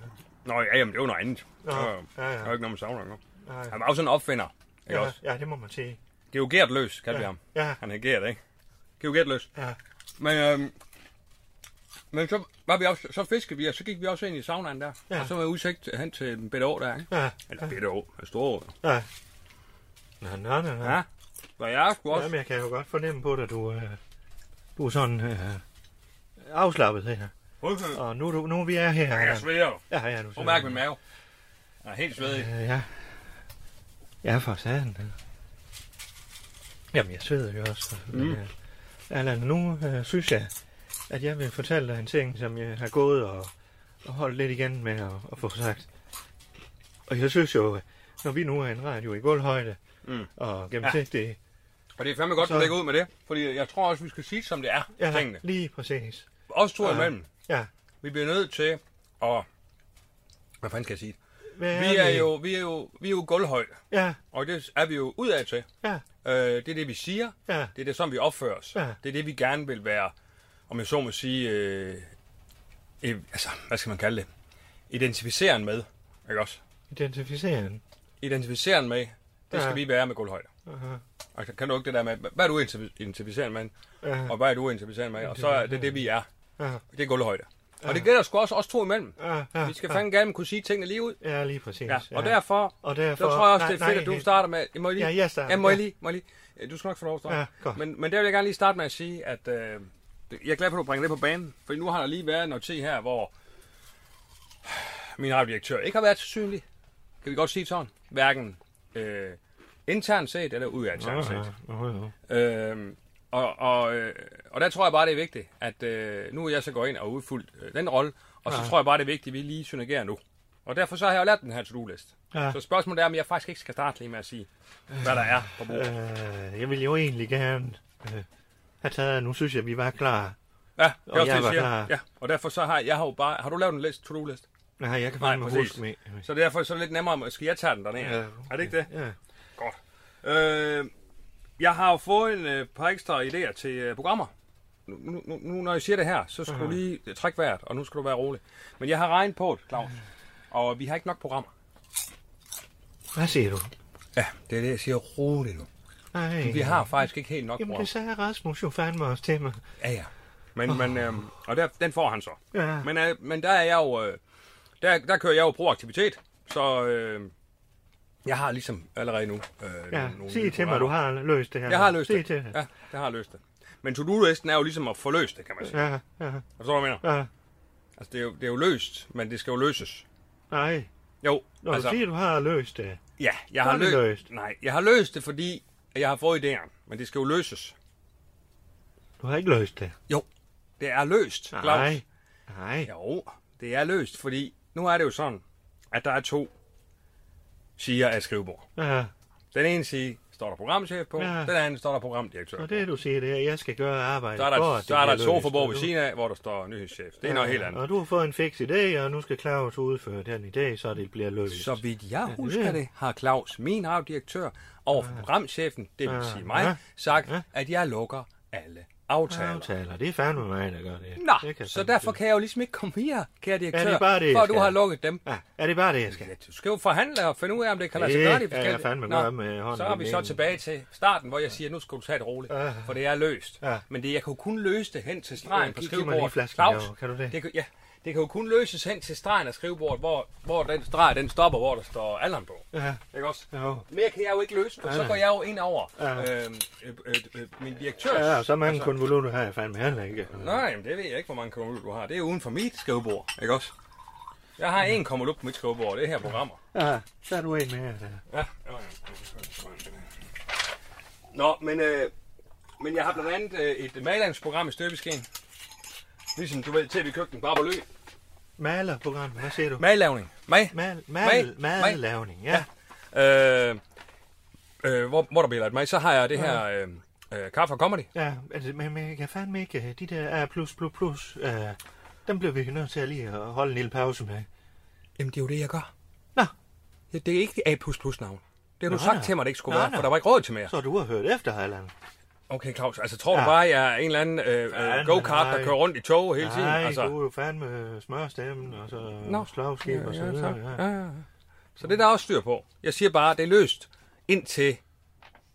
Speaker 2: Nå ja, jamen det var noget andet.
Speaker 1: Nå,
Speaker 2: Nå, øh,
Speaker 1: ja,
Speaker 2: ja,
Speaker 1: ja.
Speaker 2: ja. Det var ikke noget med sauna. Nu.
Speaker 1: Nej.
Speaker 2: Han var jo sådan en opfinder. Ikke ja.
Speaker 1: Ja,
Speaker 2: også?
Speaker 1: ja, det må man sige.
Speaker 2: Det er jo Gert løs, kaldte vi ham.
Speaker 1: Ja,
Speaker 2: Han hed Gert, ikke? Det er jo Gert løs.
Speaker 1: ja.
Speaker 2: Men, øh, men så, var vi også, så fiskede vi, og så gik vi også ind i saunaen der.
Speaker 1: Ja.
Speaker 2: Ja. Og så var udsigt hen til den bedre år der, ikke?
Speaker 1: Ja,
Speaker 2: Eller bedre år, en stor år.
Speaker 1: ja. Nå, nå, nå, nå.
Speaker 2: Ja, var jeg sgu også.
Speaker 1: Jamen, jeg kan jo godt fornemme på dig, du, øh, du er sådan øh, afslappet her.
Speaker 2: Hulkød.
Speaker 1: Og nu, du, nu vi er her.
Speaker 2: Jeg sveder.
Speaker 1: ja, ja, du
Speaker 2: Prøv at mærke min mave. Jeg er helt svedig.
Speaker 1: Øh, ja. Ja, for satan. da. Jamen, jeg sveder jo også. Mm. Allan, nu øh, synes jeg, at jeg vil fortælle dig en ting, som jeg har gået og, og holdt lidt igen med at, at få sagt. Og jeg synes jo, når vi nu er en radio i gulvhøjde mm.
Speaker 2: Mm.
Speaker 1: og gennemsigtige,
Speaker 2: Og det er fandme godt,
Speaker 1: Så-
Speaker 2: at du lægger ud med det. Fordi jeg tror også, vi skal sige, som det er,
Speaker 1: ja,
Speaker 2: ja. tingene.
Speaker 1: lige præcis.
Speaker 2: Os to
Speaker 1: Ja.
Speaker 2: imellem.
Speaker 1: Ja.
Speaker 2: Vi bliver nødt til at... Hvad fanden skal jeg sige?
Speaker 1: Hvad
Speaker 2: Vi er
Speaker 1: det?
Speaker 2: jo, vi er jo, vi er jo gulvhøj.
Speaker 1: Ja,
Speaker 2: Og det er vi jo udad til.
Speaker 1: ja,
Speaker 2: Øh, det er det, vi siger.
Speaker 1: ja,
Speaker 2: Det er det, som vi opfører os.
Speaker 1: Ja.
Speaker 2: Det er det, vi gerne vil være, om jeg så må sige, øh, øh, altså, hvad skal man kalde det? Identificeren med, ikke også?
Speaker 1: identificeren.
Speaker 2: Identificeren med, det skal
Speaker 1: Ja.
Speaker 2: vi være med gulvhøjde.
Speaker 1: Aha.
Speaker 2: Altså, kan du ikke det der med, hvad er du identifi- identificeret med,
Speaker 1: Ja,
Speaker 2: og hvad er du identificeret med, og så er det det, vi er.
Speaker 1: ja,
Speaker 2: Det er gulvhøjde. Og det gælder sgu også os to imellem.
Speaker 1: ja, ja,
Speaker 2: Vi skal
Speaker 1: ja.
Speaker 2: fandme gerne kunne sige tingene lige ud.
Speaker 1: Ja, lige præcis.
Speaker 2: Ja. Og derfor,
Speaker 1: og derfor...
Speaker 2: der tror jeg også, det er fedt, at du starter med... Må jeg lige?
Speaker 1: Ja, jeg starter,
Speaker 2: Ja, må jeg
Speaker 1: ja.
Speaker 2: lige? Må jeg lige? Øh, Du skal nok få lov at starte.
Speaker 1: Ja, godt.
Speaker 2: Men, men der vil jeg gerne lige starte med at sige, at øh, det- jeg er glad for, at du bringer det på banen. For nu har der lige været noget tid her, hvor min radiodirektør ikke har været så synlig. Kan vi godt sige sådan? Hverken øh, internt set eller udadset
Speaker 1: Ja,
Speaker 2: set.
Speaker 1: ja, jo, jo.
Speaker 2: Øhm, og, og, øh, og der tror jeg bare, det er vigtigt, at øh, nu er jeg så går ind og udfyldt øh, den rolle, og så tror jeg bare, det er vigtigt, at vi lige synergerer nu. Og derfor så har jeg jo lært den her to-do-list.
Speaker 1: Ja.
Speaker 2: Ja. Så spørgsmålet er, om jeg faktisk ikke skal starte lige med at sige, hvad der er på bordet.
Speaker 1: Øh, jeg ville jo egentlig gerne øh, have taget, nu synes jeg, vi var klar.
Speaker 2: Ja, det
Speaker 1: og
Speaker 2: er også
Speaker 1: jeg
Speaker 2: det,
Speaker 1: var
Speaker 2: jeg
Speaker 1: klar.
Speaker 2: siger. Ja, og derfor så har jeg har jo bare... Har du lavet en list, to-do-list?
Speaker 1: Nej, jeg kan
Speaker 2: Nej,
Speaker 1: fandme
Speaker 2: præcis.
Speaker 1: huske med.
Speaker 2: Så derfor så er det lidt nemmere, måske jeg tager den dernede.
Speaker 1: Ja,
Speaker 2: Ja, Er det ikke det?
Speaker 1: Ja.
Speaker 2: Godt. Øh, jeg har jo fået en øh, par ekstra idéer til øh, programmer. Nu, nu, nu- nu, når jeg siger det her, så skal du lige øh, trække vejret, og nu skal du være rolig. Men jeg har regnet på det, Claus, og vi har ikke nok programmer.
Speaker 1: Hvad siger du?
Speaker 2: Ja, det er det, jeg siger roligt nu.
Speaker 1: Nej.
Speaker 2: Vi har faktisk ikke helt nok
Speaker 1: Jamen, det
Speaker 2: programmer.
Speaker 1: sagde Rasmus jo fandme også til mig.
Speaker 2: Ja, ja. Men, men, øh, og der, den får han så.
Speaker 1: Ja.
Speaker 2: Men, øh, men der er jeg jo... Øh, der, der kører jeg jo proaktivitet, så øh, jeg har ligesom allerede nu... Øh,
Speaker 1: ja.
Speaker 2: nye
Speaker 1: Sig til mig,
Speaker 2: programmer.
Speaker 1: du har løst det her.
Speaker 2: Jeg har løst
Speaker 1: Sig
Speaker 2: det.
Speaker 1: til det.
Speaker 2: Ja, jeg har løst det. Men to-do-listen er jo ligesom at få løst det, kan man sige.
Speaker 1: Ja, ja,
Speaker 2: Forstår du, hvad jeg mener?
Speaker 1: ja.
Speaker 2: Altså, det er, jo, det er jo løst, men det skal jo løses.
Speaker 1: Nej.
Speaker 2: Jo,
Speaker 1: Når
Speaker 2: altså,
Speaker 1: du siger, du har løst det.
Speaker 2: ja, jeg
Speaker 1: så
Speaker 2: har
Speaker 1: er det
Speaker 2: løst,
Speaker 1: løst.
Speaker 2: Nej, jeg har løst det, fordi jeg har fået idéen, men det skal jo løses.
Speaker 1: Du har ikke løst det.
Speaker 2: Jo, det er løst, Claus.
Speaker 1: Nej. Nej.
Speaker 2: Jo, det er løst, fordi nu er det jo sådan, at der er to siger af skrivebord.
Speaker 1: Ja.
Speaker 2: Den ene siger, står der programchef på,
Speaker 1: Ja.
Speaker 2: ja. den anden står der programdirektør
Speaker 1: Og
Speaker 2: på.
Speaker 1: det, du siger, det er, at jeg skal gøre arbejdet
Speaker 2: Så er der,
Speaker 1: for, at det
Speaker 2: så er der et
Speaker 1: bliver løst,
Speaker 2: sofa
Speaker 1: og
Speaker 2: ved
Speaker 1: du-
Speaker 2: siden af, hvor der står nyhedschef. Det er noget helt andet.
Speaker 1: Og du har fået en fix idé, og nu skal Claus udføre den i dag, så det bliver løst.
Speaker 2: Så vidt jeg
Speaker 1: ja.
Speaker 2: husker det, har Claus, min arvdirektør, over for programchefen, det vil sige mig, sagt, at jeg lukker alle aftaler.
Speaker 1: Aftaler. Det er fandme mig, der gør det.
Speaker 2: Nå,
Speaker 1: det kan
Speaker 2: så
Speaker 1: sådan
Speaker 2: derfor
Speaker 1: set.
Speaker 2: kan jeg jo ligesom ikke komme her, kære direktør,
Speaker 1: Er det bare det, jeg
Speaker 2: for du
Speaker 1: skal?
Speaker 2: har lukket dem.
Speaker 1: Ja, er det bare det, jeg skal?
Speaker 2: Ja, Du skal jo forhandle og finde ud af, om det kan lade sig
Speaker 1: Det
Speaker 2: gøre de
Speaker 1: kan jeg
Speaker 2: forskellige.
Speaker 1: fandme
Speaker 2: Nå,
Speaker 1: gøre med hånden
Speaker 2: så er
Speaker 1: i
Speaker 2: vi så
Speaker 1: næsen.
Speaker 2: tilbage til starten, hvor jeg siger, nu skal du tage det roligt,
Speaker 1: Ja.
Speaker 2: for det er løst.
Speaker 1: Ah. Ja.
Speaker 2: Men det, jeg kan jo kun løse det hen til stregen
Speaker 1: Ja,
Speaker 2: på
Speaker 1: giv- giv mig lige
Speaker 2: skrivebordet.
Speaker 1: flasken
Speaker 2: Claus,
Speaker 1: derovre, kan du det?
Speaker 2: Det kan, ja, det kan jo kun løses hen til stregen af skrivebordet, hvor, hvor den streg den stopper, hvor der står alderen på.
Speaker 1: Ja,
Speaker 2: Ikke også?
Speaker 1: jo.
Speaker 2: Mere kan jeg jo ikke løse, for så
Speaker 1: nej.
Speaker 2: går jeg jo ind over
Speaker 1: Ja.
Speaker 2: øhm, øh, øh, øh, min direktør.
Speaker 1: Ja, og så mange altså... konvolutter har jeg fandme heller ikke.
Speaker 2: Nej, men det ved jeg ikke, hvor mange konvolutter du har. Det er uden for mit skrivebord, ikke også? Jeg har en konvolut på mit skrivebord, og det er her programmer.
Speaker 1: Ja, så er du en mere. Der.
Speaker 2: Ja. Nå, men, øh, men jeg har blandt andet øh, et maleringsprogram i støbeskeen. Ligesom du ved, tv køkken, Barberlø.
Speaker 1: Malerprogram, hvad siger du?
Speaker 2: Madlavning. Mad.
Speaker 1: Mal,
Speaker 2: Mal-
Speaker 1: mal, madlavning, ja.
Speaker 2: Øh, øh, hvor, hvor der bliver lavet mad, så har jeg det her øh, øh, kaffe og comedy.
Speaker 1: Ja, altså, men, men jeg kan fandme ikke, øh, de der A+++, øh, dem bliver vi nødt til at lige at holde en lille pause med.
Speaker 2: Jamen, det er jo det, jeg gør.
Speaker 1: Nå,
Speaker 2: Ja, det er ikke A++ navn. Det har
Speaker 1: Nå,
Speaker 2: du sagt
Speaker 1: nå.
Speaker 2: til mig, det ikke skulle
Speaker 1: Nå,
Speaker 2: være,
Speaker 1: nå.
Speaker 2: for der var ikke råd til mere.
Speaker 1: så du har hørt efter, Allan.
Speaker 2: Okay, Claus, altså tror du
Speaker 1: Ja.
Speaker 2: bare, jeg er en eller anden øh,
Speaker 1: Ja,
Speaker 2: øh, go-kart,
Speaker 1: nej.
Speaker 2: der kører rundt i tog hele tiden?
Speaker 1: Nej,
Speaker 2: altså.
Speaker 1: altså... du er jo fandme smørstemmen, og så
Speaker 2: Nå.
Speaker 1: Nå. slagskib og så
Speaker 2: Ja,
Speaker 1: videre.
Speaker 2: tak.
Speaker 1: Ja.
Speaker 2: Ja, ja, ja. Så det er der også styr på. Jeg siger bare, det er løst, indtil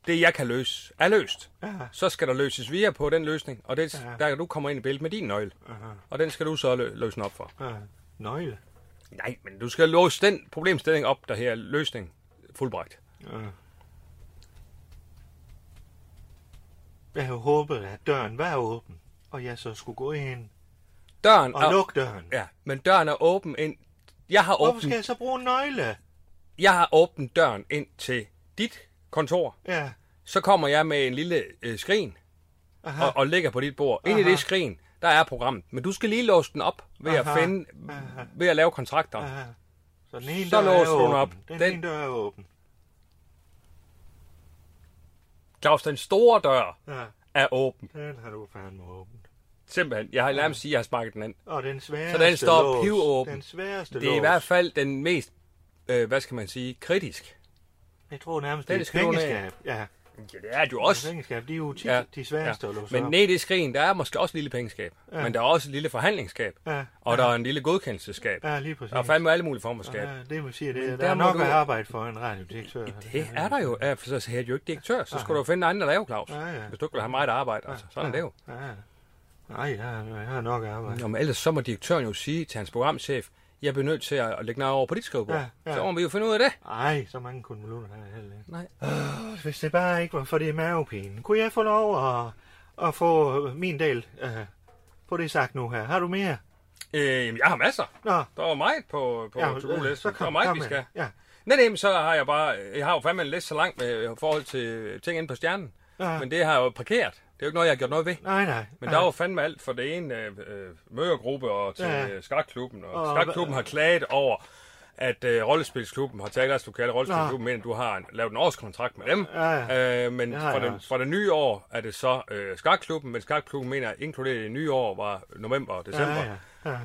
Speaker 2: det, jeg kan løse, er løst.
Speaker 1: Ja.
Speaker 2: Så skal der løses via på den løsning, og det,
Speaker 1: Ja.
Speaker 2: der kan du komme ind i billedet med din nøgle. Og den skal du så lø- løse op for.
Speaker 1: Ja. Nøgle.
Speaker 2: Nej, men du skal låse den problemstilling op, der her er løsning fuldbragt.
Speaker 1: Ja. Jeg havde håbet, at døren var åben, og jeg så skulle gå ind
Speaker 2: Døren
Speaker 1: og
Speaker 2: er,
Speaker 1: lukke døren.
Speaker 2: Ja, men døren er åben ind. Jeg har
Speaker 1: Hvorfor skal
Speaker 2: åbnet,
Speaker 1: jeg så bruge en nøgle?
Speaker 2: jeg har åbnet døren ind til dit kontor.
Speaker 1: Ja,
Speaker 2: Så kommer jeg med en lille øh, skrin
Speaker 1: aha.
Speaker 2: og, og ligger på dit bord. Ind i
Speaker 1: Aha.
Speaker 2: det skrin, der er programmet. Men du skal lige låse den op ved at
Speaker 1: Aha.
Speaker 2: finde,
Speaker 1: Aha.
Speaker 2: ved at lave kontrakter.
Speaker 1: Aha. Så den ene
Speaker 2: Så
Speaker 1: dør er
Speaker 2: låser du den
Speaker 1: åben.
Speaker 2: op.
Speaker 1: Den,
Speaker 2: Den-
Speaker 1: den ene dør er åben.
Speaker 2: Claus, den store dør
Speaker 1: Ja,
Speaker 2: er åben.
Speaker 1: den har du fandme åben.
Speaker 2: Simpelthen. Jeg har nærmest sige, at jeg har sparket den ind.
Speaker 1: Og den sværeste
Speaker 2: Så den står
Speaker 1: lås,
Speaker 2: pivåben.
Speaker 1: Den sværeste
Speaker 2: Det er i
Speaker 1: lås.
Speaker 2: hvert fald den mest, øh, hvad skal man sige, kritisk.
Speaker 1: Jeg tror nærmest,
Speaker 2: Den
Speaker 1: det er et
Speaker 2: skal du ned.
Speaker 1: pengeskab. Ja,
Speaker 2: Ja, det er det jo
Speaker 1: et
Speaker 2: også.
Speaker 1: pengeskab. De er jo tit
Speaker 2: Ja.
Speaker 1: de sværeste at låse
Speaker 2: Men
Speaker 1: op.
Speaker 2: ned i det skrin, der er måske også et lille pengeskab. Ja. Men der er også et lille forhandlingsskab.
Speaker 1: Ja.
Speaker 2: Og der er en lille godkendelseskab.
Speaker 1: Ja, lige præcis.
Speaker 2: Der er fandme alle mulige former for skab.
Speaker 1: Ja, det må sige, det
Speaker 2: Men
Speaker 1: er, der,
Speaker 2: der
Speaker 1: er
Speaker 2: må
Speaker 1: nok
Speaker 2: du-
Speaker 1: at arbejde for en radiodirektør.
Speaker 2: Det er der jo. Ja, for så hedder du jo ikke direktør. Så skulle du jo finde noget andet at lave, Claus.
Speaker 1: Ja, ja.
Speaker 2: Hvis du ikke vil have meget arbejde. Altså, sådan er det jo.
Speaker 1: Ja. Nej, ja, jeg har nok arbejde.
Speaker 2: Nå, men ellers så må direktøren jo sige til hans programchef, jeg bliver nødt til at at lægge noget over på dit skrivebord.
Speaker 1: Ja, ja.
Speaker 2: Så må vi jo finde ud af det.
Speaker 1: Nej, så mange konvolutter har jeg heller ikke.
Speaker 2: Nej.
Speaker 1: Åh, Hvis det bare ikke var for det mavepine, kunne jeg få lov at, at få min del øh, på det sagt nu her? Har du mere?
Speaker 2: Øh, jamen, jeg har masser.
Speaker 1: Nå,
Speaker 2: Der er jo meget på, på ja,
Speaker 1: øh,
Speaker 2: to-do-listen. Der er
Speaker 1: kom
Speaker 2: meget, vi
Speaker 1: med.
Speaker 2: skal.
Speaker 1: Ja.
Speaker 2: Nej, nej, men så har jeg bare... Jeg har jo fandme en liste så langt med i forhold til ting inde på stjernen.
Speaker 1: Ja.
Speaker 2: Men det har jeg jo parkeret. Det er jo ikke noget, jeg har gjort noget ved.
Speaker 1: Nej, nej.
Speaker 2: Men
Speaker 1: ja.
Speaker 2: der var fandme alt for det ene øh, øh, møgergruppe og til
Speaker 1: Ja.
Speaker 2: ja. skakklubben. Og,
Speaker 1: Og
Speaker 2: og skakklubben har klaget over, at øh, rollespilsklubben har taget deres lokale rollespilsklubben ind, at du har en, lavet en årskontrakt med dem.
Speaker 1: Ja,
Speaker 2: Øh, men
Speaker 1: Det har
Speaker 2: fra,
Speaker 1: jeg
Speaker 2: den,
Speaker 1: også.
Speaker 2: fra det nye år er det så øh, skakklubben, men skakklubben mener, at inkluderet i det nye år var november og december. Ja,
Speaker 1: ja, ja,
Speaker 2: ja.
Speaker 1: ja,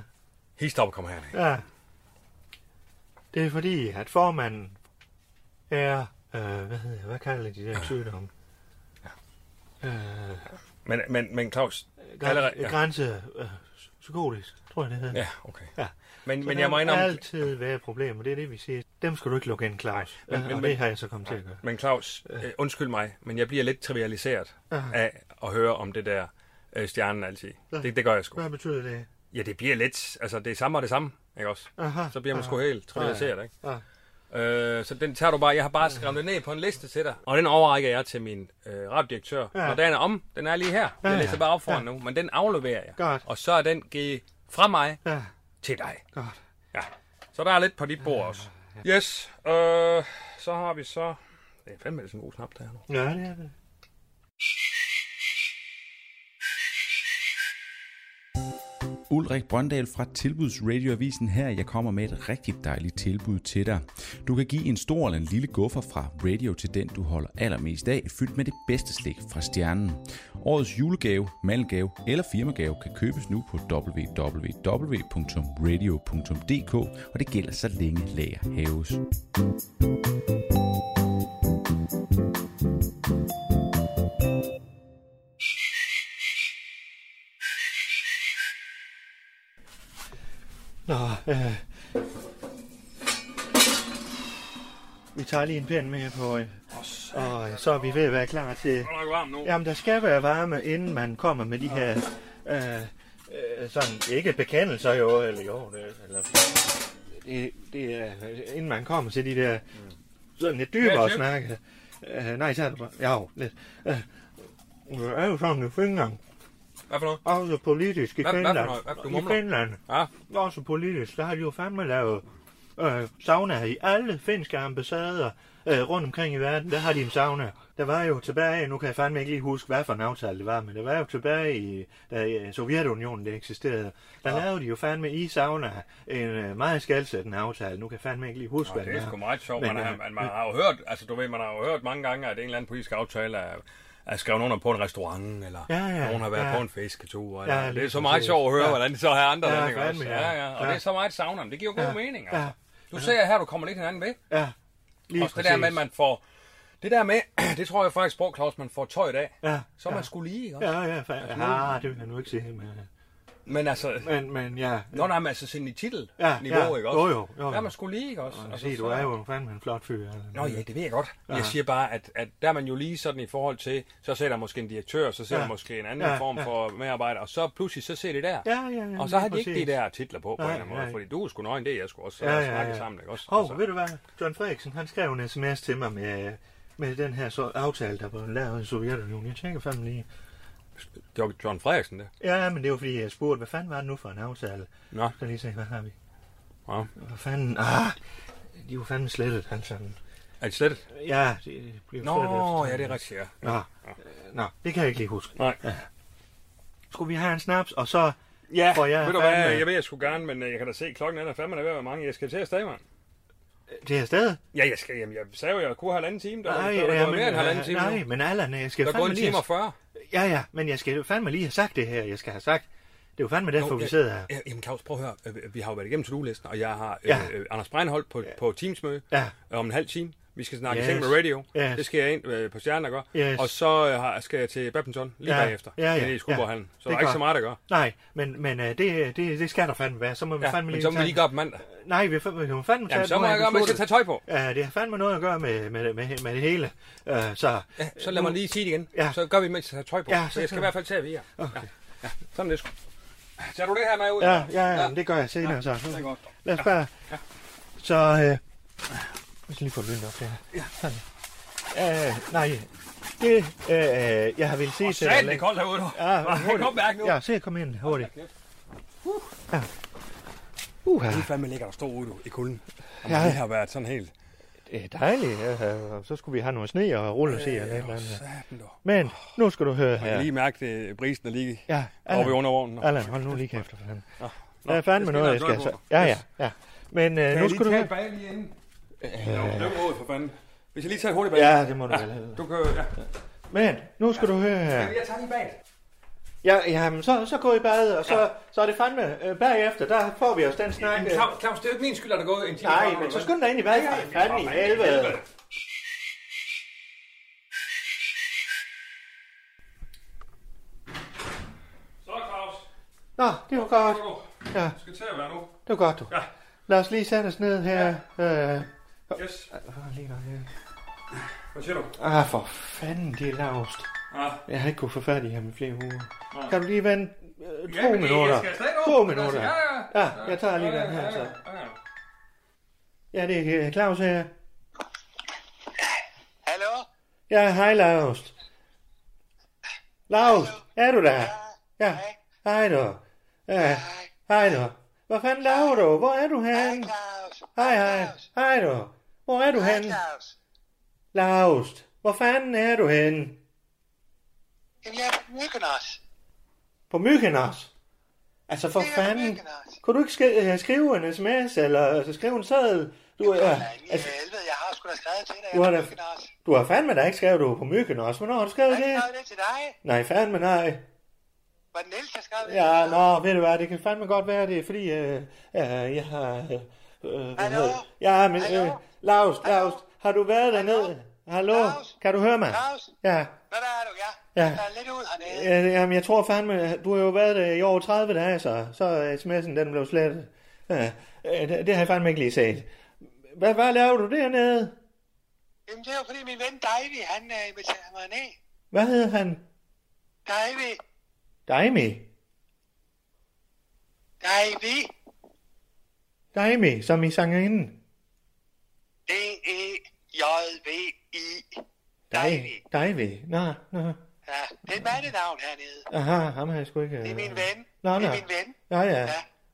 Speaker 2: Histop kommer herned.
Speaker 1: ja. Det er fordi, at formanden er... Øh, hvad hedder Hvad kalder de der sygdomme? Øh,
Speaker 2: Men, men, men Claus, allerede,
Speaker 1: grænse,
Speaker 2: ja,
Speaker 1: grænse øh, psykotisk, tror jeg det hedder.
Speaker 2: ja, okay.
Speaker 1: Ja.
Speaker 2: Men,
Speaker 1: Men
Speaker 2: men jeg må indrømme,
Speaker 1: altid være problemer, det er det, vi siger. Dem skal du ikke lukke ind, Claus. Men,
Speaker 2: Men-
Speaker 1: men,
Speaker 2: men-
Speaker 1: og det har jeg så kommet til at gøre.
Speaker 2: men Claus, øh, undskyld mig, men jeg bliver lidt trivialiseret af at høre om det der øh, stjernen altid.
Speaker 1: Ja.
Speaker 2: Det, det gør jeg sgu.
Speaker 1: Hvad betyder det?
Speaker 2: Ja, det bliver lidt, altså det er samme og det samme, ikke også?
Speaker 1: Aha,
Speaker 2: Så bliver man
Speaker 1: aha.
Speaker 2: sgu helt trivialiseret, ikke?
Speaker 1: Ja.
Speaker 2: Øh, så den tager du bare, jeg har bare skrevet det ned på en liste til dig, og den overrækker jeg til min øh, radiodirektør.
Speaker 1: Ja.
Speaker 2: Ja. Når dagen er om, den er lige her,
Speaker 1: Ja,
Speaker 2: jeg
Speaker 1: ja.
Speaker 2: læser bare op foran ja. nu, men den afleverer jeg.
Speaker 1: Godt.
Speaker 2: Og så er den givet fra mig
Speaker 1: Ja,
Speaker 2: til dig.
Speaker 1: godt.
Speaker 2: Ja, så der er lidt på dit bord også. Yes, øh, så har vi så... Det er fandme sådan en god snap, der er nu.
Speaker 1: Ja, det er det.
Speaker 5: Ulrik Brøndal fra Tilbudsradioavisen her. Jeg kommer med et rigtig dejligt tilbud til dig. Du kan give en stor eller en lille guffer fra Radio til den, du holder allermest af, fyldt med det bedste slik fra stjernen. Årets julegave, malgave eller firmagave kan købes nu på www.radio.dk, og det gælder så længe lager haves.
Speaker 1: Nå, øh, vi tager lige en pind med på, øh, og øh, så er vi ved at være klar til...
Speaker 2: Er du varm nu?
Speaker 1: Jamen, der skal være varme, inden man kommer med de her... Øh, øh, sådan, ikke bekendelser jo, eller jo, det, eller... Det, det er, inden man kommer til de der... Sådan lidt dybere
Speaker 2: chef?
Speaker 1: snakke. Øh, nej, så er det bare... Jo, lidt. Øh, det er jo sådan i Finland,
Speaker 2: Hvad for noget?
Speaker 1: også politisk i
Speaker 2: Hvad- hvad for
Speaker 1: Finland.
Speaker 2: noget? Hvad- du
Speaker 1: I
Speaker 2: mumler.
Speaker 1: Finland
Speaker 2: Ja,
Speaker 1: også politisk, der har de jo fandme lavet øh, sauna i alle finske ambassader øh, rundt omkring i verden. Der har de en sauna. Der var jo tilbage, nu kan jeg fandme ikke lige huske, hvad for en aftale det var, men det var jo tilbage i, da øh, Sovjetunionen det eksisterede. Der ja. lavede de jo fandme i sauna en øh, meget skældsættende aftale. Nu kan jeg fandme ikke lige huske,
Speaker 2: Nå,
Speaker 1: hvad
Speaker 2: det er
Speaker 1: var.
Speaker 2: sgu meget sjovt.
Speaker 1: Men,
Speaker 2: Man har,
Speaker 1: øh,
Speaker 2: man, man har jo hørt, altså du ved, man har jo hørt mange gange, at en eller anden politisk aftale er, er skrevet under på en restaurant, eller
Speaker 1: Ja, ja,
Speaker 2: nogen har været
Speaker 1: ja.
Speaker 2: på en fisketur. Eller,
Speaker 1: Ja,
Speaker 2: ja, det er
Speaker 1: lige
Speaker 2: så meget
Speaker 1: præcis.
Speaker 2: sjovt at høre,
Speaker 1: Ja.
Speaker 2: hvordan de så har andre
Speaker 1: Ja,
Speaker 2: lande, ikke
Speaker 1: fandme,
Speaker 2: også?
Speaker 1: ja.
Speaker 2: Ja, ja. Og
Speaker 1: Ja.
Speaker 2: det er så meget savner. Det giver jo god
Speaker 1: Ja.
Speaker 2: mening,
Speaker 1: Ja.
Speaker 2: altså. Du ser her, du kommer lidt hinanden ved.
Speaker 1: Ja, lige
Speaker 2: Også det der med, at man får... Det der med, det tror jeg faktisk, Borg Claus, man får tøj i dag.
Speaker 1: Ja,
Speaker 2: Så er man Altså, skulle lige, ikke også?
Speaker 1: ja, ja, fandme. Ja, det vil jeg nu ikke sige, men, øh,
Speaker 2: Men altså...
Speaker 1: men, men ja.
Speaker 2: Nå, nej, men altså sådan i titel
Speaker 1: Ja,
Speaker 2: niveau,
Speaker 1: ja.
Speaker 2: ikke også?
Speaker 1: Jo, jo, jo, jo.
Speaker 2: Ja, man skulle lige, ikke også?
Speaker 1: Og
Speaker 2: Altså,
Speaker 1: se, du
Speaker 2: så-
Speaker 1: er jo fandme en flot fyr.
Speaker 2: Nå ja, det ved jeg godt. Jeg siger bare, at, at der er man jo lige sådan i forhold til, så ser der måske en direktør, så ser
Speaker 1: Ja.
Speaker 2: der måske en anden
Speaker 1: Ja,
Speaker 2: form
Speaker 1: ja.
Speaker 2: for medarbejder, og så pludselig så ser de der.
Speaker 1: Ja, ja, ja,
Speaker 2: og så har de
Speaker 1: lige
Speaker 2: ikke de
Speaker 1: præcis.
Speaker 2: der titler på, på en
Speaker 1: Nej,
Speaker 2: eller anden måde,
Speaker 1: nej.
Speaker 2: fordi du er sgu nøgen, det er jeg sgu også, så
Speaker 1: Ja,
Speaker 2: ja,
Speaker 1: ja,
Speaker 2: ja, snakke
Speaker 1: ja.
Speaker 2: sammen, ikke også?
Speaker 1: Hov, altså. ved du hvad? John Frederiksen, han skrev en sms til mig med, med den her så aftale, der var lavet i Sovjetunionen. Jeg tænker fandme lige.
Speaker 2: det var John Frederiksen, det.
Speaker 1: Ja, men det var fordi, jeg spurgte, hvad fanden var det nu for en aftale?
Speaker 2: Nå,
Speaker 1: Jeg skal lige se, hvad har vi?
Speaker 2: ja.
Speaker 1: Hvad fanden? Ah, de var fandme slettet, han sådan.
Speaker 2: Er det slet?
Speaker 1: Ja, det blev
Speaker 2: Nå,
Speaker 1: slettet.
Speaker 2: ja, det er rigtigt, ja.
Speaker 1: Nå, øh, nå, det kan jeg ikke lige huske.
Speaker 2: Nej.
Speaker 1: Skulle vi have en snaps, og så...
Speaker 2: Ja,
Speaker 1: Får jeg
Speaker 2: ved du
Speaker 1: fandme-
Speaker 2: hvad, jeg ved, jeg skulle gerne, men øh, jeg kan da se, klokken er der fandme, der er ved at være mange. Jeg skal til at stage, mand.
Speaker 1: Det her sted?
Speaker 2: Ja, jeg skal, jamen, jeg sagde jo, jeg kunne halvanden time. Øh, Der, nej, der, der,
Speaker 1: ja,
Speaker 2: der, der, mere end halvanden
Speaker 1: men,
Speaker 2: time
Speaker 1: nej,
Speaker 2: nu.
Speaker 1: men Allan, jeg skal
Speaker 2: Der er gået
Speaker 1: fandme
Speaker 2: en
Speaker 1: lige...
Speaker 2: time og 40.
Speaker 1: Ja, ja, men jeg skal fandme lige have sagt det her, jeg skal have sagt. Det er jo fandme derfor, vi
Speaker 2: jeg-
Speaker 1: sidder her.
Speaker 2: Ja, jamen Claus, prøv at høre. Øh, Vi har jo været igennem to-do-listen, og jeg har
Speaker 1: Ja.
Speaker 2: ja. øh, Anders Breinholt på, ja. på Teams-møde øh,
Speaker 1: Ja.
Speaker 2: om en halv time. Vi skal snakke
Speaker 1: Yes.
Speaker 2: yes. ting med radio.
Speaker 1: Yes.
Speaker 2: Det skal jeg ind øh, på Stjernen og gøre.
Speaker 1: Yes.
Speaker 2: Og så øh, har- skal jeg til badminton lige
Speaker 1: Ja.
Speaker 2: bagefter.
Speaker 1: Ja, ja,
Speaker 2: Nede i Skuborghallen.
Speaker 1: ja.
Speaker 2: Så
Speaker 1: Det
Speaker 2: der
Speaker 1: er
Speaker 2: er ikke
Speaker 1: godt.
Speaker 2: så meget, der gør.
Speaker 1: Nej, men, men uh, det, det, det skal der fandme være. Så må vi
Speaker 2: Ja,
Speaker 1: fandme
Speaker 2: men
Speaker 1: lige...
Speaker 2: så må vi
Speaker 1: tage-
Speaker 2: lige gøre op mandag.
Speaker 1: Nej, vi, fa- vi må fandme tage
Speaker 2: Jamen, så
Speaker 1: nu
Speaker 2: må
Speaker 1: har
Speaker 2: jeg gøre, at man skal
Speaker 1: besluttet-
Speaker 2: tage tøj på.
Speaker 1: Ja, det har fandme noget at gøre med, med, med, med det hele. Uh, så...
Speaker 2: Ja, så lad mig lige sige det igen.
Speaker 1: Ja.
Speaker 2: Så gør vi, mens jeg tager tøj på.
Speaker 1: Ja,
Speaker 2: Ja,
Speaker 1: så-
Speaker 2: så, jeg skal i hvert fald til at vire. Okay. Ja. ja. Sådan er det sgu. Tager du det her med ud?
Speaker 1: Ja, ja, ja, men det gør jeg senere, så.
Speaker 2: Det er godt.
Speaker 1: Lad os bare... Så... Øh, jeg skal lige få lyden op her. Ja. Sådan. Uh, nej, det... Øh, jeg har vel set...
Speaker 2: Og satan, det er koldt herude. du.
Speaker 1: Ja,
Speaker 2: Hold op mærke nu.
Speaker 1: Ja, se, kom ind hurtigt. Ja. Uh,
Speaker 2: Det er fandme lækkert at stå ude du, i kulden. Jamen,
Speaker 1: Ja.
Speaker 2: ja. Det har været sådan helt...
Speaker 1: det er dejligt. Ja, så skulle vi have noget sne og rulle og se. eller et eller andet.
Speaker 2: Satan, du.
Speaker 1: Men nu skal du høre
Speaker 2: Jeg
Speaker 1: her.
Speaker 2: kan lige mærke det, brisen er lige
Speaker 1: Ja,
Speaker 2: oppe i
Speaker 1: Allan,
Speaker 2: undervognen. Nå,
Speaker 1: Allan hold nu lige kæft for fanden.
Speaker 2: nå,
Speaker 1: Der er fandme noget, jeg skal...
Speaker 2: have tøj på.
Speaker 1: Ja, ja, ja. Men øh,
Speaker 2: Kan
Speaker 1: nu
Speaker 2: jeg
Speaker 1: skal du
Speaker 2: lige
Speaker 1: høre...
Speaker 2: tage bag lige inden? Øh. Løb ud for fanden. Hvis jeg lige tager hurtigt bag.
Speaker 1: Ja, det må du vel have.
Speaker 2: Du kan, ja.
Speaker 1: Men nu skal du høre her.
Speaker 2: Jeg tager lige bag.
Speaker 1: Ja, jamen, så, så går I bad, og så, så er det fandme øh, bagefter. Der får vi os den snak.
Speaker 2: Jamen,
Speaker 1: øh.
Speaker 2: Claus, Claus, det er jo ikke min skyld, at der er gået en time.
Speaker 1: Nej, men så skynd dig ind i bad. for Fanden i helvede.
Speaker 2: Så, Claus.
Speaker 1: Nå, det var godt.
Speaker 2: Kom nu.
Speaker 1: Ja,
Speaker 2: Du skal til at være nu.
Speaker 1: det var godt, du.
Speaker 2: Ja.
Speaker 1: Lad os lige sætte os ned her. Øh,
Speaker 2: Yes.
Speaker 1: åh, lige nok her.
Speaker 2: Hvad siger du?
Speaker 1: Ah, for fanden, de er lavst.
Speaker 2: Ah,
Speaker 1: Jeg har ikke kunnet få fat i ham i flere uger.
Speaker 2: Nej.
Speaker 1: Kan du lige vente øh, to
Speaker 2: men det-
Speaker 1: minutter?
Speaker 2: jeg skal stadig nå.
Speaker 1: to minutter.
Speaker 2: Altså, ja, ja.
Speaker 1: ja, jeg tager lige den her, så.
Speaker 2: ja, ja.
Speaker 1: Ja, det er øh, Claus her.
Speaker 6: Hallo?
Speaker 1: Ja, hej Laust. Laust, er du der? Ja, hej du. Ja, hej du. Hvad fanden laver du? Hvor er du
Speaker 6: Hej
Speaker 1: hen?
Speaker 6: Claus.
Speaker 1: Hej, hej. Hej du. Hvor er du
Speaker 6: Hej
Speaker 1: hen?
Speaker 6: Claus.
Speaker 1: Laust, hvor fanden er du hen?
Speaker 6: Jamen jeg er på Mykonos.
Speaker 1: På Mykonos? Altså for
Speaker 6: Jeg er på
Speaker 1: fanden.
Speaker 6: Mykonos.
Speaker 1: Kunne du ikke skri- øh, skrive en sms eller altså, skrive en seddel? Du, øh,
Speaker 6: Nej, i
Speaker 1: altså,
Speaker 6: helvede, jeg har sgu da skrevet til dig,
Speaker 1: Du
Speaker 6: jeg
Speaker 1: har da-
Speaker 6: er på Mykonos.
Speaker 1: du har fandme da ikke skrevet, du er på Mykonos. Hvornår har du
Speaker 6: Har
Speaker 1: skrevet
Speaker 6: jeg
Speaker 1: det?
Speaker 6: skrevet det til dig?
Speaker 1: Nej, fandme nej.
Speaker 6: Var det Niels, der skrev det?
Speaker 1: Ja, nå, ved du hvad, det kan fandme godt være, det er fordi, øh, øh, jeg har... Øh, øh, hvad
Speaker 6: Hallo?
Speaker 1: hedder det? Ja, men...
Speaker 6: Hallo?
Speaker 1: Øh, Laust,
Speaker 6: Hallo?
Speaker 1: Laust, har du været
Speaker 6: Hallo?
Speaker 1: dernede? Hallo?
Speaker 6: Claus?
Speaker 1: Kan du høre mig?
Speaker 6: Claus?
Speaker 1: Ja. øh,
Speaker 6: Nå, der er du, ja.
Speaker 1: Ja.
Speaker 6: Der er lidt ud hernede.
Speaker 1: Øh, Jamen, jeg tror fandme, du har jo været der i over 30 dage, så, så er sms'en den blev slettet. Ja, øh, det, det har jeg fandme ikke lige set. Hvad, hvad laver du dernede?
Speaker 6: Jamen, det var fordi min ven Davy, han øh, inviterede mig ned.
Speaker 1: Hvad hedder han?
Speaker 6: Davy,
Speaker 1: Daimi.
Speaker 6: Davy,
Speaker 1: Daimi, som i sangerinden.
Speaker 6: D-E-J-V-I. Davy.
Speaker 1: Daimi. Nå, nå.
Speaker 6: Ja, det er et mandenavn hernede.
Speaker 1: Aha, ham har jeg sgu ikke...
Speaker 6: Det er min ven.
Speaker 1: Øh. Nå,
Speaker 6: det er
Speaker 1: nå.
Speaker 6: min ven.
Speaker 1: Ja, ja.
Speaker 6: Ja.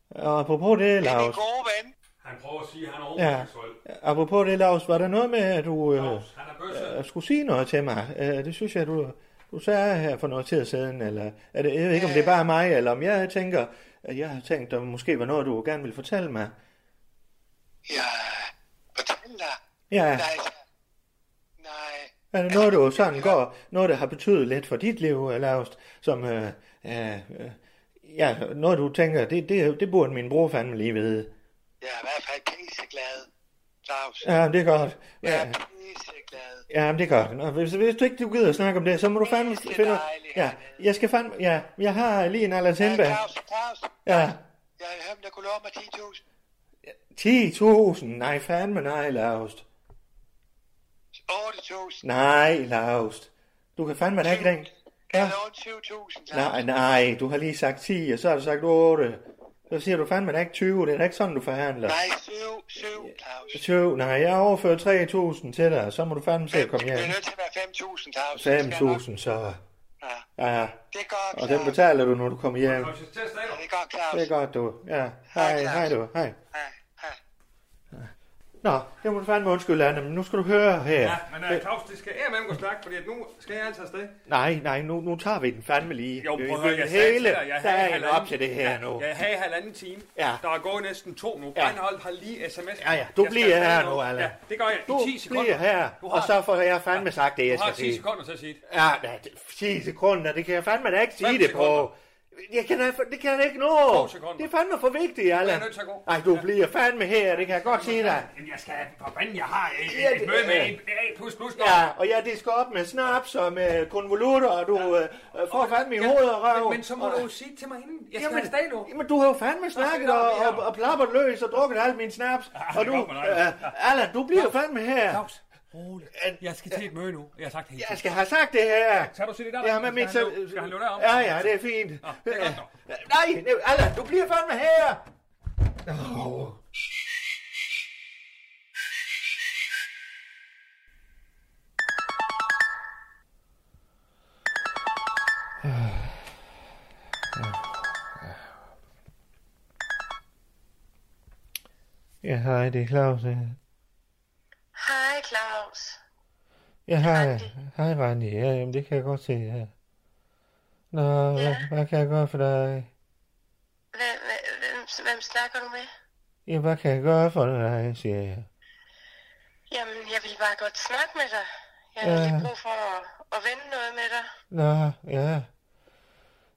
Speaker 1: Og apropos det,
Speaker 6: Det er min
Speaker 1: Lars.
Speaker 6: gode ven.
Speaker 4: Han prøver at sige, at han er
Speaker 1: Ja.
Speaker 4: homoseksuel.
Speaker 1: Apropos det, Lars, var der noget med, at du øh,
Speaker 4: Claus, Han er bøsse.
Speaker 1: øh, skulle sige noget til mig? Øh, det synes jeg, du, du sagde her for noget tid siden, eller er det, jeg ved ikke, om det
Speaker 6: Øh.
Speaker 1: er bare mig, eller om jeg tænker, at jeg har tænkt, at måske var noget, du gerne ville fortælle mig.
Speaker 6: Ja, fortæl dig.
Speaker 1: Ja,
Speaker 6: Nej, altså. Nej.
Speaker 1: er det noget, du sådan går, noget, der har betydet lidt for dit liv, øh, Lars, som, øh, øh, øh, ja, noget, du tænker, det, det, det burde min bror fandme lige vide.
Speaker 6: Jeg er i hvert fald pisseglad, Claus.
Speaker 1: Ja, men det er godt.
Speaker 6: Jeg
Speaker 1: Ja,
Speaker 6: er pisseglad.
Speaker 1: ja men det er godt. Nå, hvis, hvis du ikke du gider at snakke om det, så må du fandme
Speaker 6: Pisse
Speaker 1: finde...
Speaker 6: dejligt
Speaker 1: Ja,
Speaker 6: hernede.
Speaker 1: jeg skal fandme... Ja, jeg har lige en Allan
Speaker 6: Ja,
Speaker 1: Sindberg.
Speaker 6: Claus, Claus.
Speaker 1: Ja,
Speaker 6: Jeg har hørt, om der kunne love mig 10.000.
Speaker 1: 10.000. Nej, fandme nej, Laust.
Speaker 6: 8.000.
Speaker 1: Nej, Laust. Du kan fandme da ikke ringe.
Speaker 6: Jeg
Speaker 1: Ja.
Speaker 6: har lovet 20.000, Claus.
Speaker 1: Nej, nej, du har lige sagt 10, og så har du sagt 8. Så siger du fandme da ikke 20. Det er da ikke sådan, du forhandler.
Speaker 6: Nej, 7, 7, Claus.
Speaker 1: 20. Nej, jeg overfører 3.000 til dig, og så må du fandme se at komme
Speaker 6: Det
Speaker 1: hjem.
Speaker 6: er nødt til at være 5.000, Claus. Det skal nok-
Speaker 1: 5.000, så...
Speaker 6: Ja,
Speaker 1: Ja,
Speaker 6: det er godt,
Speaker 1: og den
Speaker 6: Claus.
Speaker 1: betaler du, når du kommer hjem.
Speaker 4: Claus, jeg tester
Speaker 6: Ja,
Speaker 4: stadig.
Speaker 6: det er godt, Claus.
Speaker 1: Det er godt, du. Ja, hej,
Speaker 6: Hej, Claus.
Speaker 1: hej du. Hej.
Speaker 6: Ja, ja.
Speaker 1: Nå, det må du fandme undskylde, Anne, men nu skal du høre her.
Speaker 4: Ja, men uh, Claus, det skal jeg med gå snakke, fordi at nu skal jeg altså afsted.
Speaker 1: Nej, nej, nu, nu tager vi den fandme lige.
Speaker 4: Jo,
Speaker 1: Vi
Speaker 4: prøv at
Speaker 1: vil
Speaker 4: høre, jeg sagde
Speaker 1: hele
Speaker 4: til dig, jeg havde
Speaker 1: dagen
Speaker 4: halvanden-
Speaker 1: op til det her
Speaker 4: ja,
Speaker 1: nu.
Speaker 4: Jeg havde halvanden time.
Speaker 1: Ja.
Speaker 4: Der er gået næsten to nu.
Speaker 1: Ja.
Speaker 4: Breinholt har lige sms.
Speaker 1: Ja, ja, du
Speaker 4: Jeg skal
Speaker 1: bliver
Speaker 4: have
Speaker 1: her
Speaker 4: noget.
Speaker 1: nu, Allan.
Speaker 4: Ja, det gør jeg.
Speaker 1: Du
Speaker 4: I 10 sekunder.
Speaker 1: bliver her,
Speaker 4: Du
Speaker 1: og
Speaker 4: har-
Speaker 1: så får jeg fandme sagt det, jeg
Speaker 4: Du har
Speaker 1: skal
Speaker 4: 10
Speaker 1: sige.
Speaker 4: sekunder til at sige det.
Speaker 1: Ja, da, 10 sekunder, det kan jeg fandme da ikke sige
Speaker 4: Fem
Speaker 1: det
Speaker 4: sekunder.
Speaker 1: på. Jeg kan, da- det kan jeg da ikke nå.
Speaker 4: To sekunder.
Speaker 1: Det er fandme for vigtigt, Allan.
Speaker 4: nødt til at gå.
Speaker 1: Ej, du bliver fandme her, det kan jeg godt sige dig.
Speaker 4: Jamen, jeg skal forbande, jeg har et,
Speaker 1: Ja,
Speaker 4: et,
Speaker 1: det-
Speaker 4: et møde med
Speaker 1: ja.
Speaker 4: en A++. plus plus.
Speaker 1: Ja, og jeg disker op med snaps og med konvolutter, og du øh, øh, får fandme i hovedet og røv.
Speaker 4: Men, men så må
Speaker 1: og,
Speaker 4: du jo sige til mig inden. Jeg skal have stadig nu.
Speaker 1: Jamen, du har jo fandme snakket og,
Speaker 4: det er
Speaker 1: og,
Speaker 4: jo.
Speaker 1: og plappet løs og drukket alt min snaps.
Speaker 4: Ah, det
Speaker 1: og
Speaker 4: er
Speaker 1: du,
Speaker 4: godt med dig.
Speaker 1: øh, Allan, du bliver fandme her.
Speaker 4: Claus, rolig. Jeg skal til et møde nu. Jeg har sagt helt
Speaker 1: Jeg skal have sagt det her.
Speaker 4: Kan du se det der?
Speaker 1: Ja, men mit...
Speaker 4: skal, han, skal han løbe derom?
Speaker 1: Ja, ja, det er fint.
Speaker 4: Nå, det er godt nok.
Speaker 1: Øh, Nej, nej, Allan, du bliver fandme her. Ja, hej, det er Claus.
Speaker 7: Hej Claus.
Speaker 1: Ja, hej. Hej, Randi. Ja, jamen, det kan jeg godt se, ja. Nå, ja. Hvad, hvad kan jeg gøre for dig?
Speaker 7: Hvem, hvem- hvem, hvem snakker du med?
Speaker 1: Ja, hvad kan jeg gøre for dig, siger jeg.
Speaker 7: Jamen, jeg ville bare godt snakke med dig. Jeg har
Speaker 1: Ja.
Speaker 7: lige brug for at, at vende noget med dig.
Speaker 1: Nå, ja.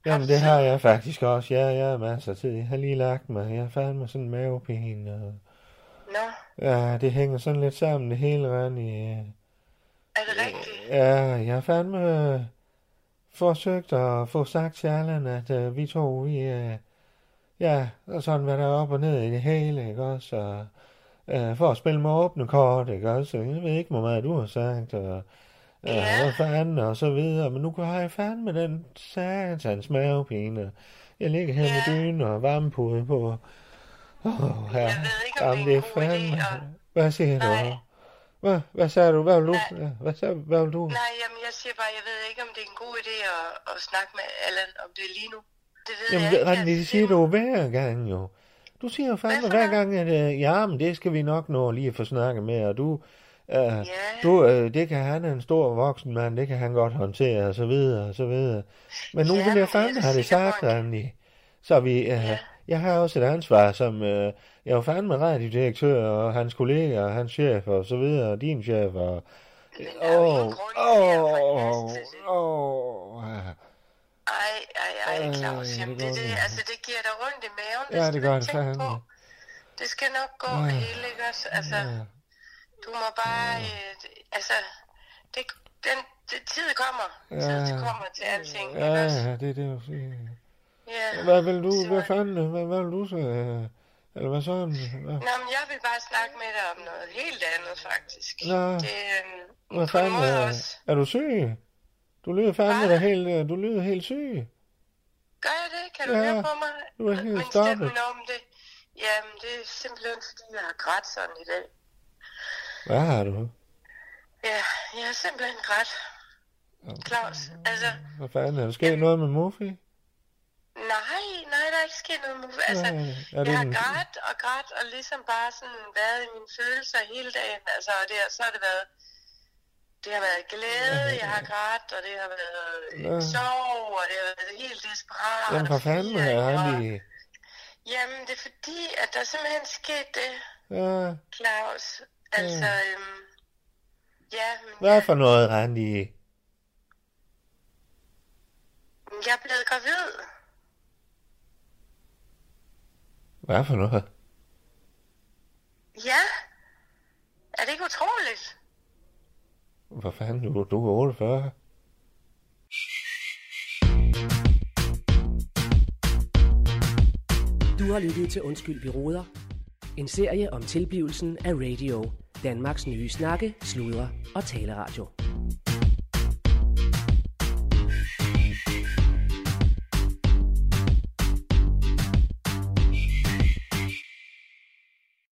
Speaker 1: Jamen, det har jeg faktisk også. Ja, jeg har masser af tid. Jeg har lige lagt mig. Jeg har fandme sådan en mavepine. Og...
Speaker 7: Nå,
Speaker 1: Ja, det hænger sådan lidt sammen, det hele, Randi. Ja.
Speaker 7: er det rigtigt?
Speaker 1: Ja, jeg har fandme øh, forsøgt at få sagt til Allan, at øh, vi to, vi øh, ja, og sådan hvad der er op og ned i det hele, ikke også? Og, øh, for at spille med åbne kort, ikke også? Jeg ved ikke, hvor meget du har sagt, og øh,
Speaker 7: Ja.
Speaker 1: hvad fanden, og så videre. Men nu har jeg fandme den satans mavepine. Jeg ligger her med
Speaker 7: Ja.
Speaker 1: dyne og varmepude på. Åh, ja.
Speaker 7: Jeg ved ikke, om det er en god idé at-
Speaker 1: Hvad siger du?
Speaker 7: Nej.
Speaker 1: Hvad, hvad sagde du? Hvad vil du?
Speaker 7: Nej.
Speaker 1: Ja, Hvad, sagde, hvad vil du?
Speaker 7: Nej, jamen, jeg siger bare, jeg ved ikke, om det er en god idé at, at snakke med Allan om det lige nu. Det ved jeg
Speaker 1: Jamen,
Speaker 7: ikke.
Speaker 1: Randi, det
Speaker 7: altså,
Speaker 1: siger
Speaker 7: det er
Speaker 1: du hver gang jo. Du siger jo fandme
Speaker 7: for
Speaker 1: hver
Speaker 7: noget?
Speaker 1: gang, at øh, ja, men det skal vi nok nå lige at få snakket med, og du, øh, yeah.
Speaker 7: Ja.
Speaker 1: du øh, det kan han er en stor voksen mand, det kan han godt håndtere, og så videre, og så videre. Men nu
Speaker 7: Ja,
Speaker 1: vil
Speaker 7: men
Speaker 1: jeg fandme
Speaker 7: jeg
Speaker 1: have det
Speaker 7: siger
Speaker 1: sagt,
Speaker 7: bare-
Speaker 1: Randi. Så vi, øh,
Speaker 7: Ja.
Speaker 1: jeg har også et ansvar, som øh, jeg er jo fandme radiodirektør, og hans kolleger, og hans chef, og så videre, og din chef, og...
Speaker 7: Men der er jo
Speaker 1: Åh,
Speaker 7: ingen grund til at
Speaker 1: åh,
Speaker 7: forkaste det.
Speaker 1: åh, ja.
Speaker 7: Ej, ej, ej, Claus.
Speaker 1: Ej,
Speaker 7: Jamen,
Speaker 1: det
Speaker 7: det,
Speaker 1: går
Speaker 7: det,
Speaker 1: det.
Speaker 7: altså, det giver dig rundt i maven.
Speaker 1: Ja, det
Speaker 7: skal du
Speaker 1: gør
Speaker 7: ikke
Speaker 1: det
Speaker 7: tænke
Speaker 1: fandme.
Speaker 7: på. Det skal nok gå
Speaker 1: Ja.
Speaker 7: ja. hele, ikke også? Altså,
Speaker 1: Ja.
Speaker 7: ja. du må bare... Øh, altså, det, den, det, tid kommer. Ja. Tid
Speaker 1: Ja.
Speaker 7: kommer til alting, ja. ikke også?
Speaker 1: Ja, det er det, jeg siger.
Speaker 7: Ja.
Speaker 1: Hvad vil du,
Speaker 7: Så-
Speaker 1: hvad fanden, hvad, hvad vil du så, øh, Eller hvad så? Hvad?
Speaker 7: Nå, men jeg vil bare snakke med dig om noget helt andet, faktisk.
Speaker 1: Nå.
Speaker 7: Det er
Speaker 1: Hvad
Speaker 7: på en
Speaker 1: fanden?
Speaker 7: måde
Speaker 1: Er,
Speaker 7: også.
Speaker 1: er du syg? Du lyder fandme
Speaker 7: Hvad?
Speaker 1: da helt, øh, du lyder helt syg.
Speaker 7: Gør jeg det? Kan du
Speaker 1: Ja,
Speaker 7: høre på mig?
Speaker 1: du er helt
Speaker 7: Men
Speaker 1: stoppet.
Speaker 7: stemmen om det. Jamen, det er simpelthen, fordi jeg har grædt sådan i dag.
Speaker 1: Hvad har du?
Speaker 7: Ja, jeg har simpelthen grædt. Claus, altså,
Speaker 1: Hvad fanden? Er der sket noget med Muffy?
Speaker 7: nej, nej, der er ikke sket noget. med- Altså,
Speaker 1: Nej, er det
Speaker 7: jeg har
Speaker 1: en-
Speaker 7: grædt og grædt og ligesom bare sådan været i mine følelser hele dagen. Altså, og det, har- så har det været, det har været glæde, jeg har grædt, og det har været
Speaker 1: Ja.
Speaker 7: øh, sorg, og det har været helt desperat.
Speaker 1: Jamen
Speaker 7: og
Speaker 1: for fanden
Speaker 7: forvirring,
Speaker 1: er
Speaker 7: og-
Speaker 1: han i...
Speaker 7: Jamen, det er fordi, at der simpelthen skete det,
Speaker 1: Ja,
Speaker 7: Claus. Altså, øhm, ja, men
Speaker 1: hvad for noget, Randi?
Speaker 7: jeg er blevet gravid.
Speaker 1: Hvad for noget?
Speaker 7: Ja, er det ikke utroligt?
Speaker 1: Hvor fanden, du, du er 48.
Speaker 3: Du har lyttet til Undskyld, vi råder. En serie om tilblivelsen af radio. Danmarks nye snakke, sludre og taleradio.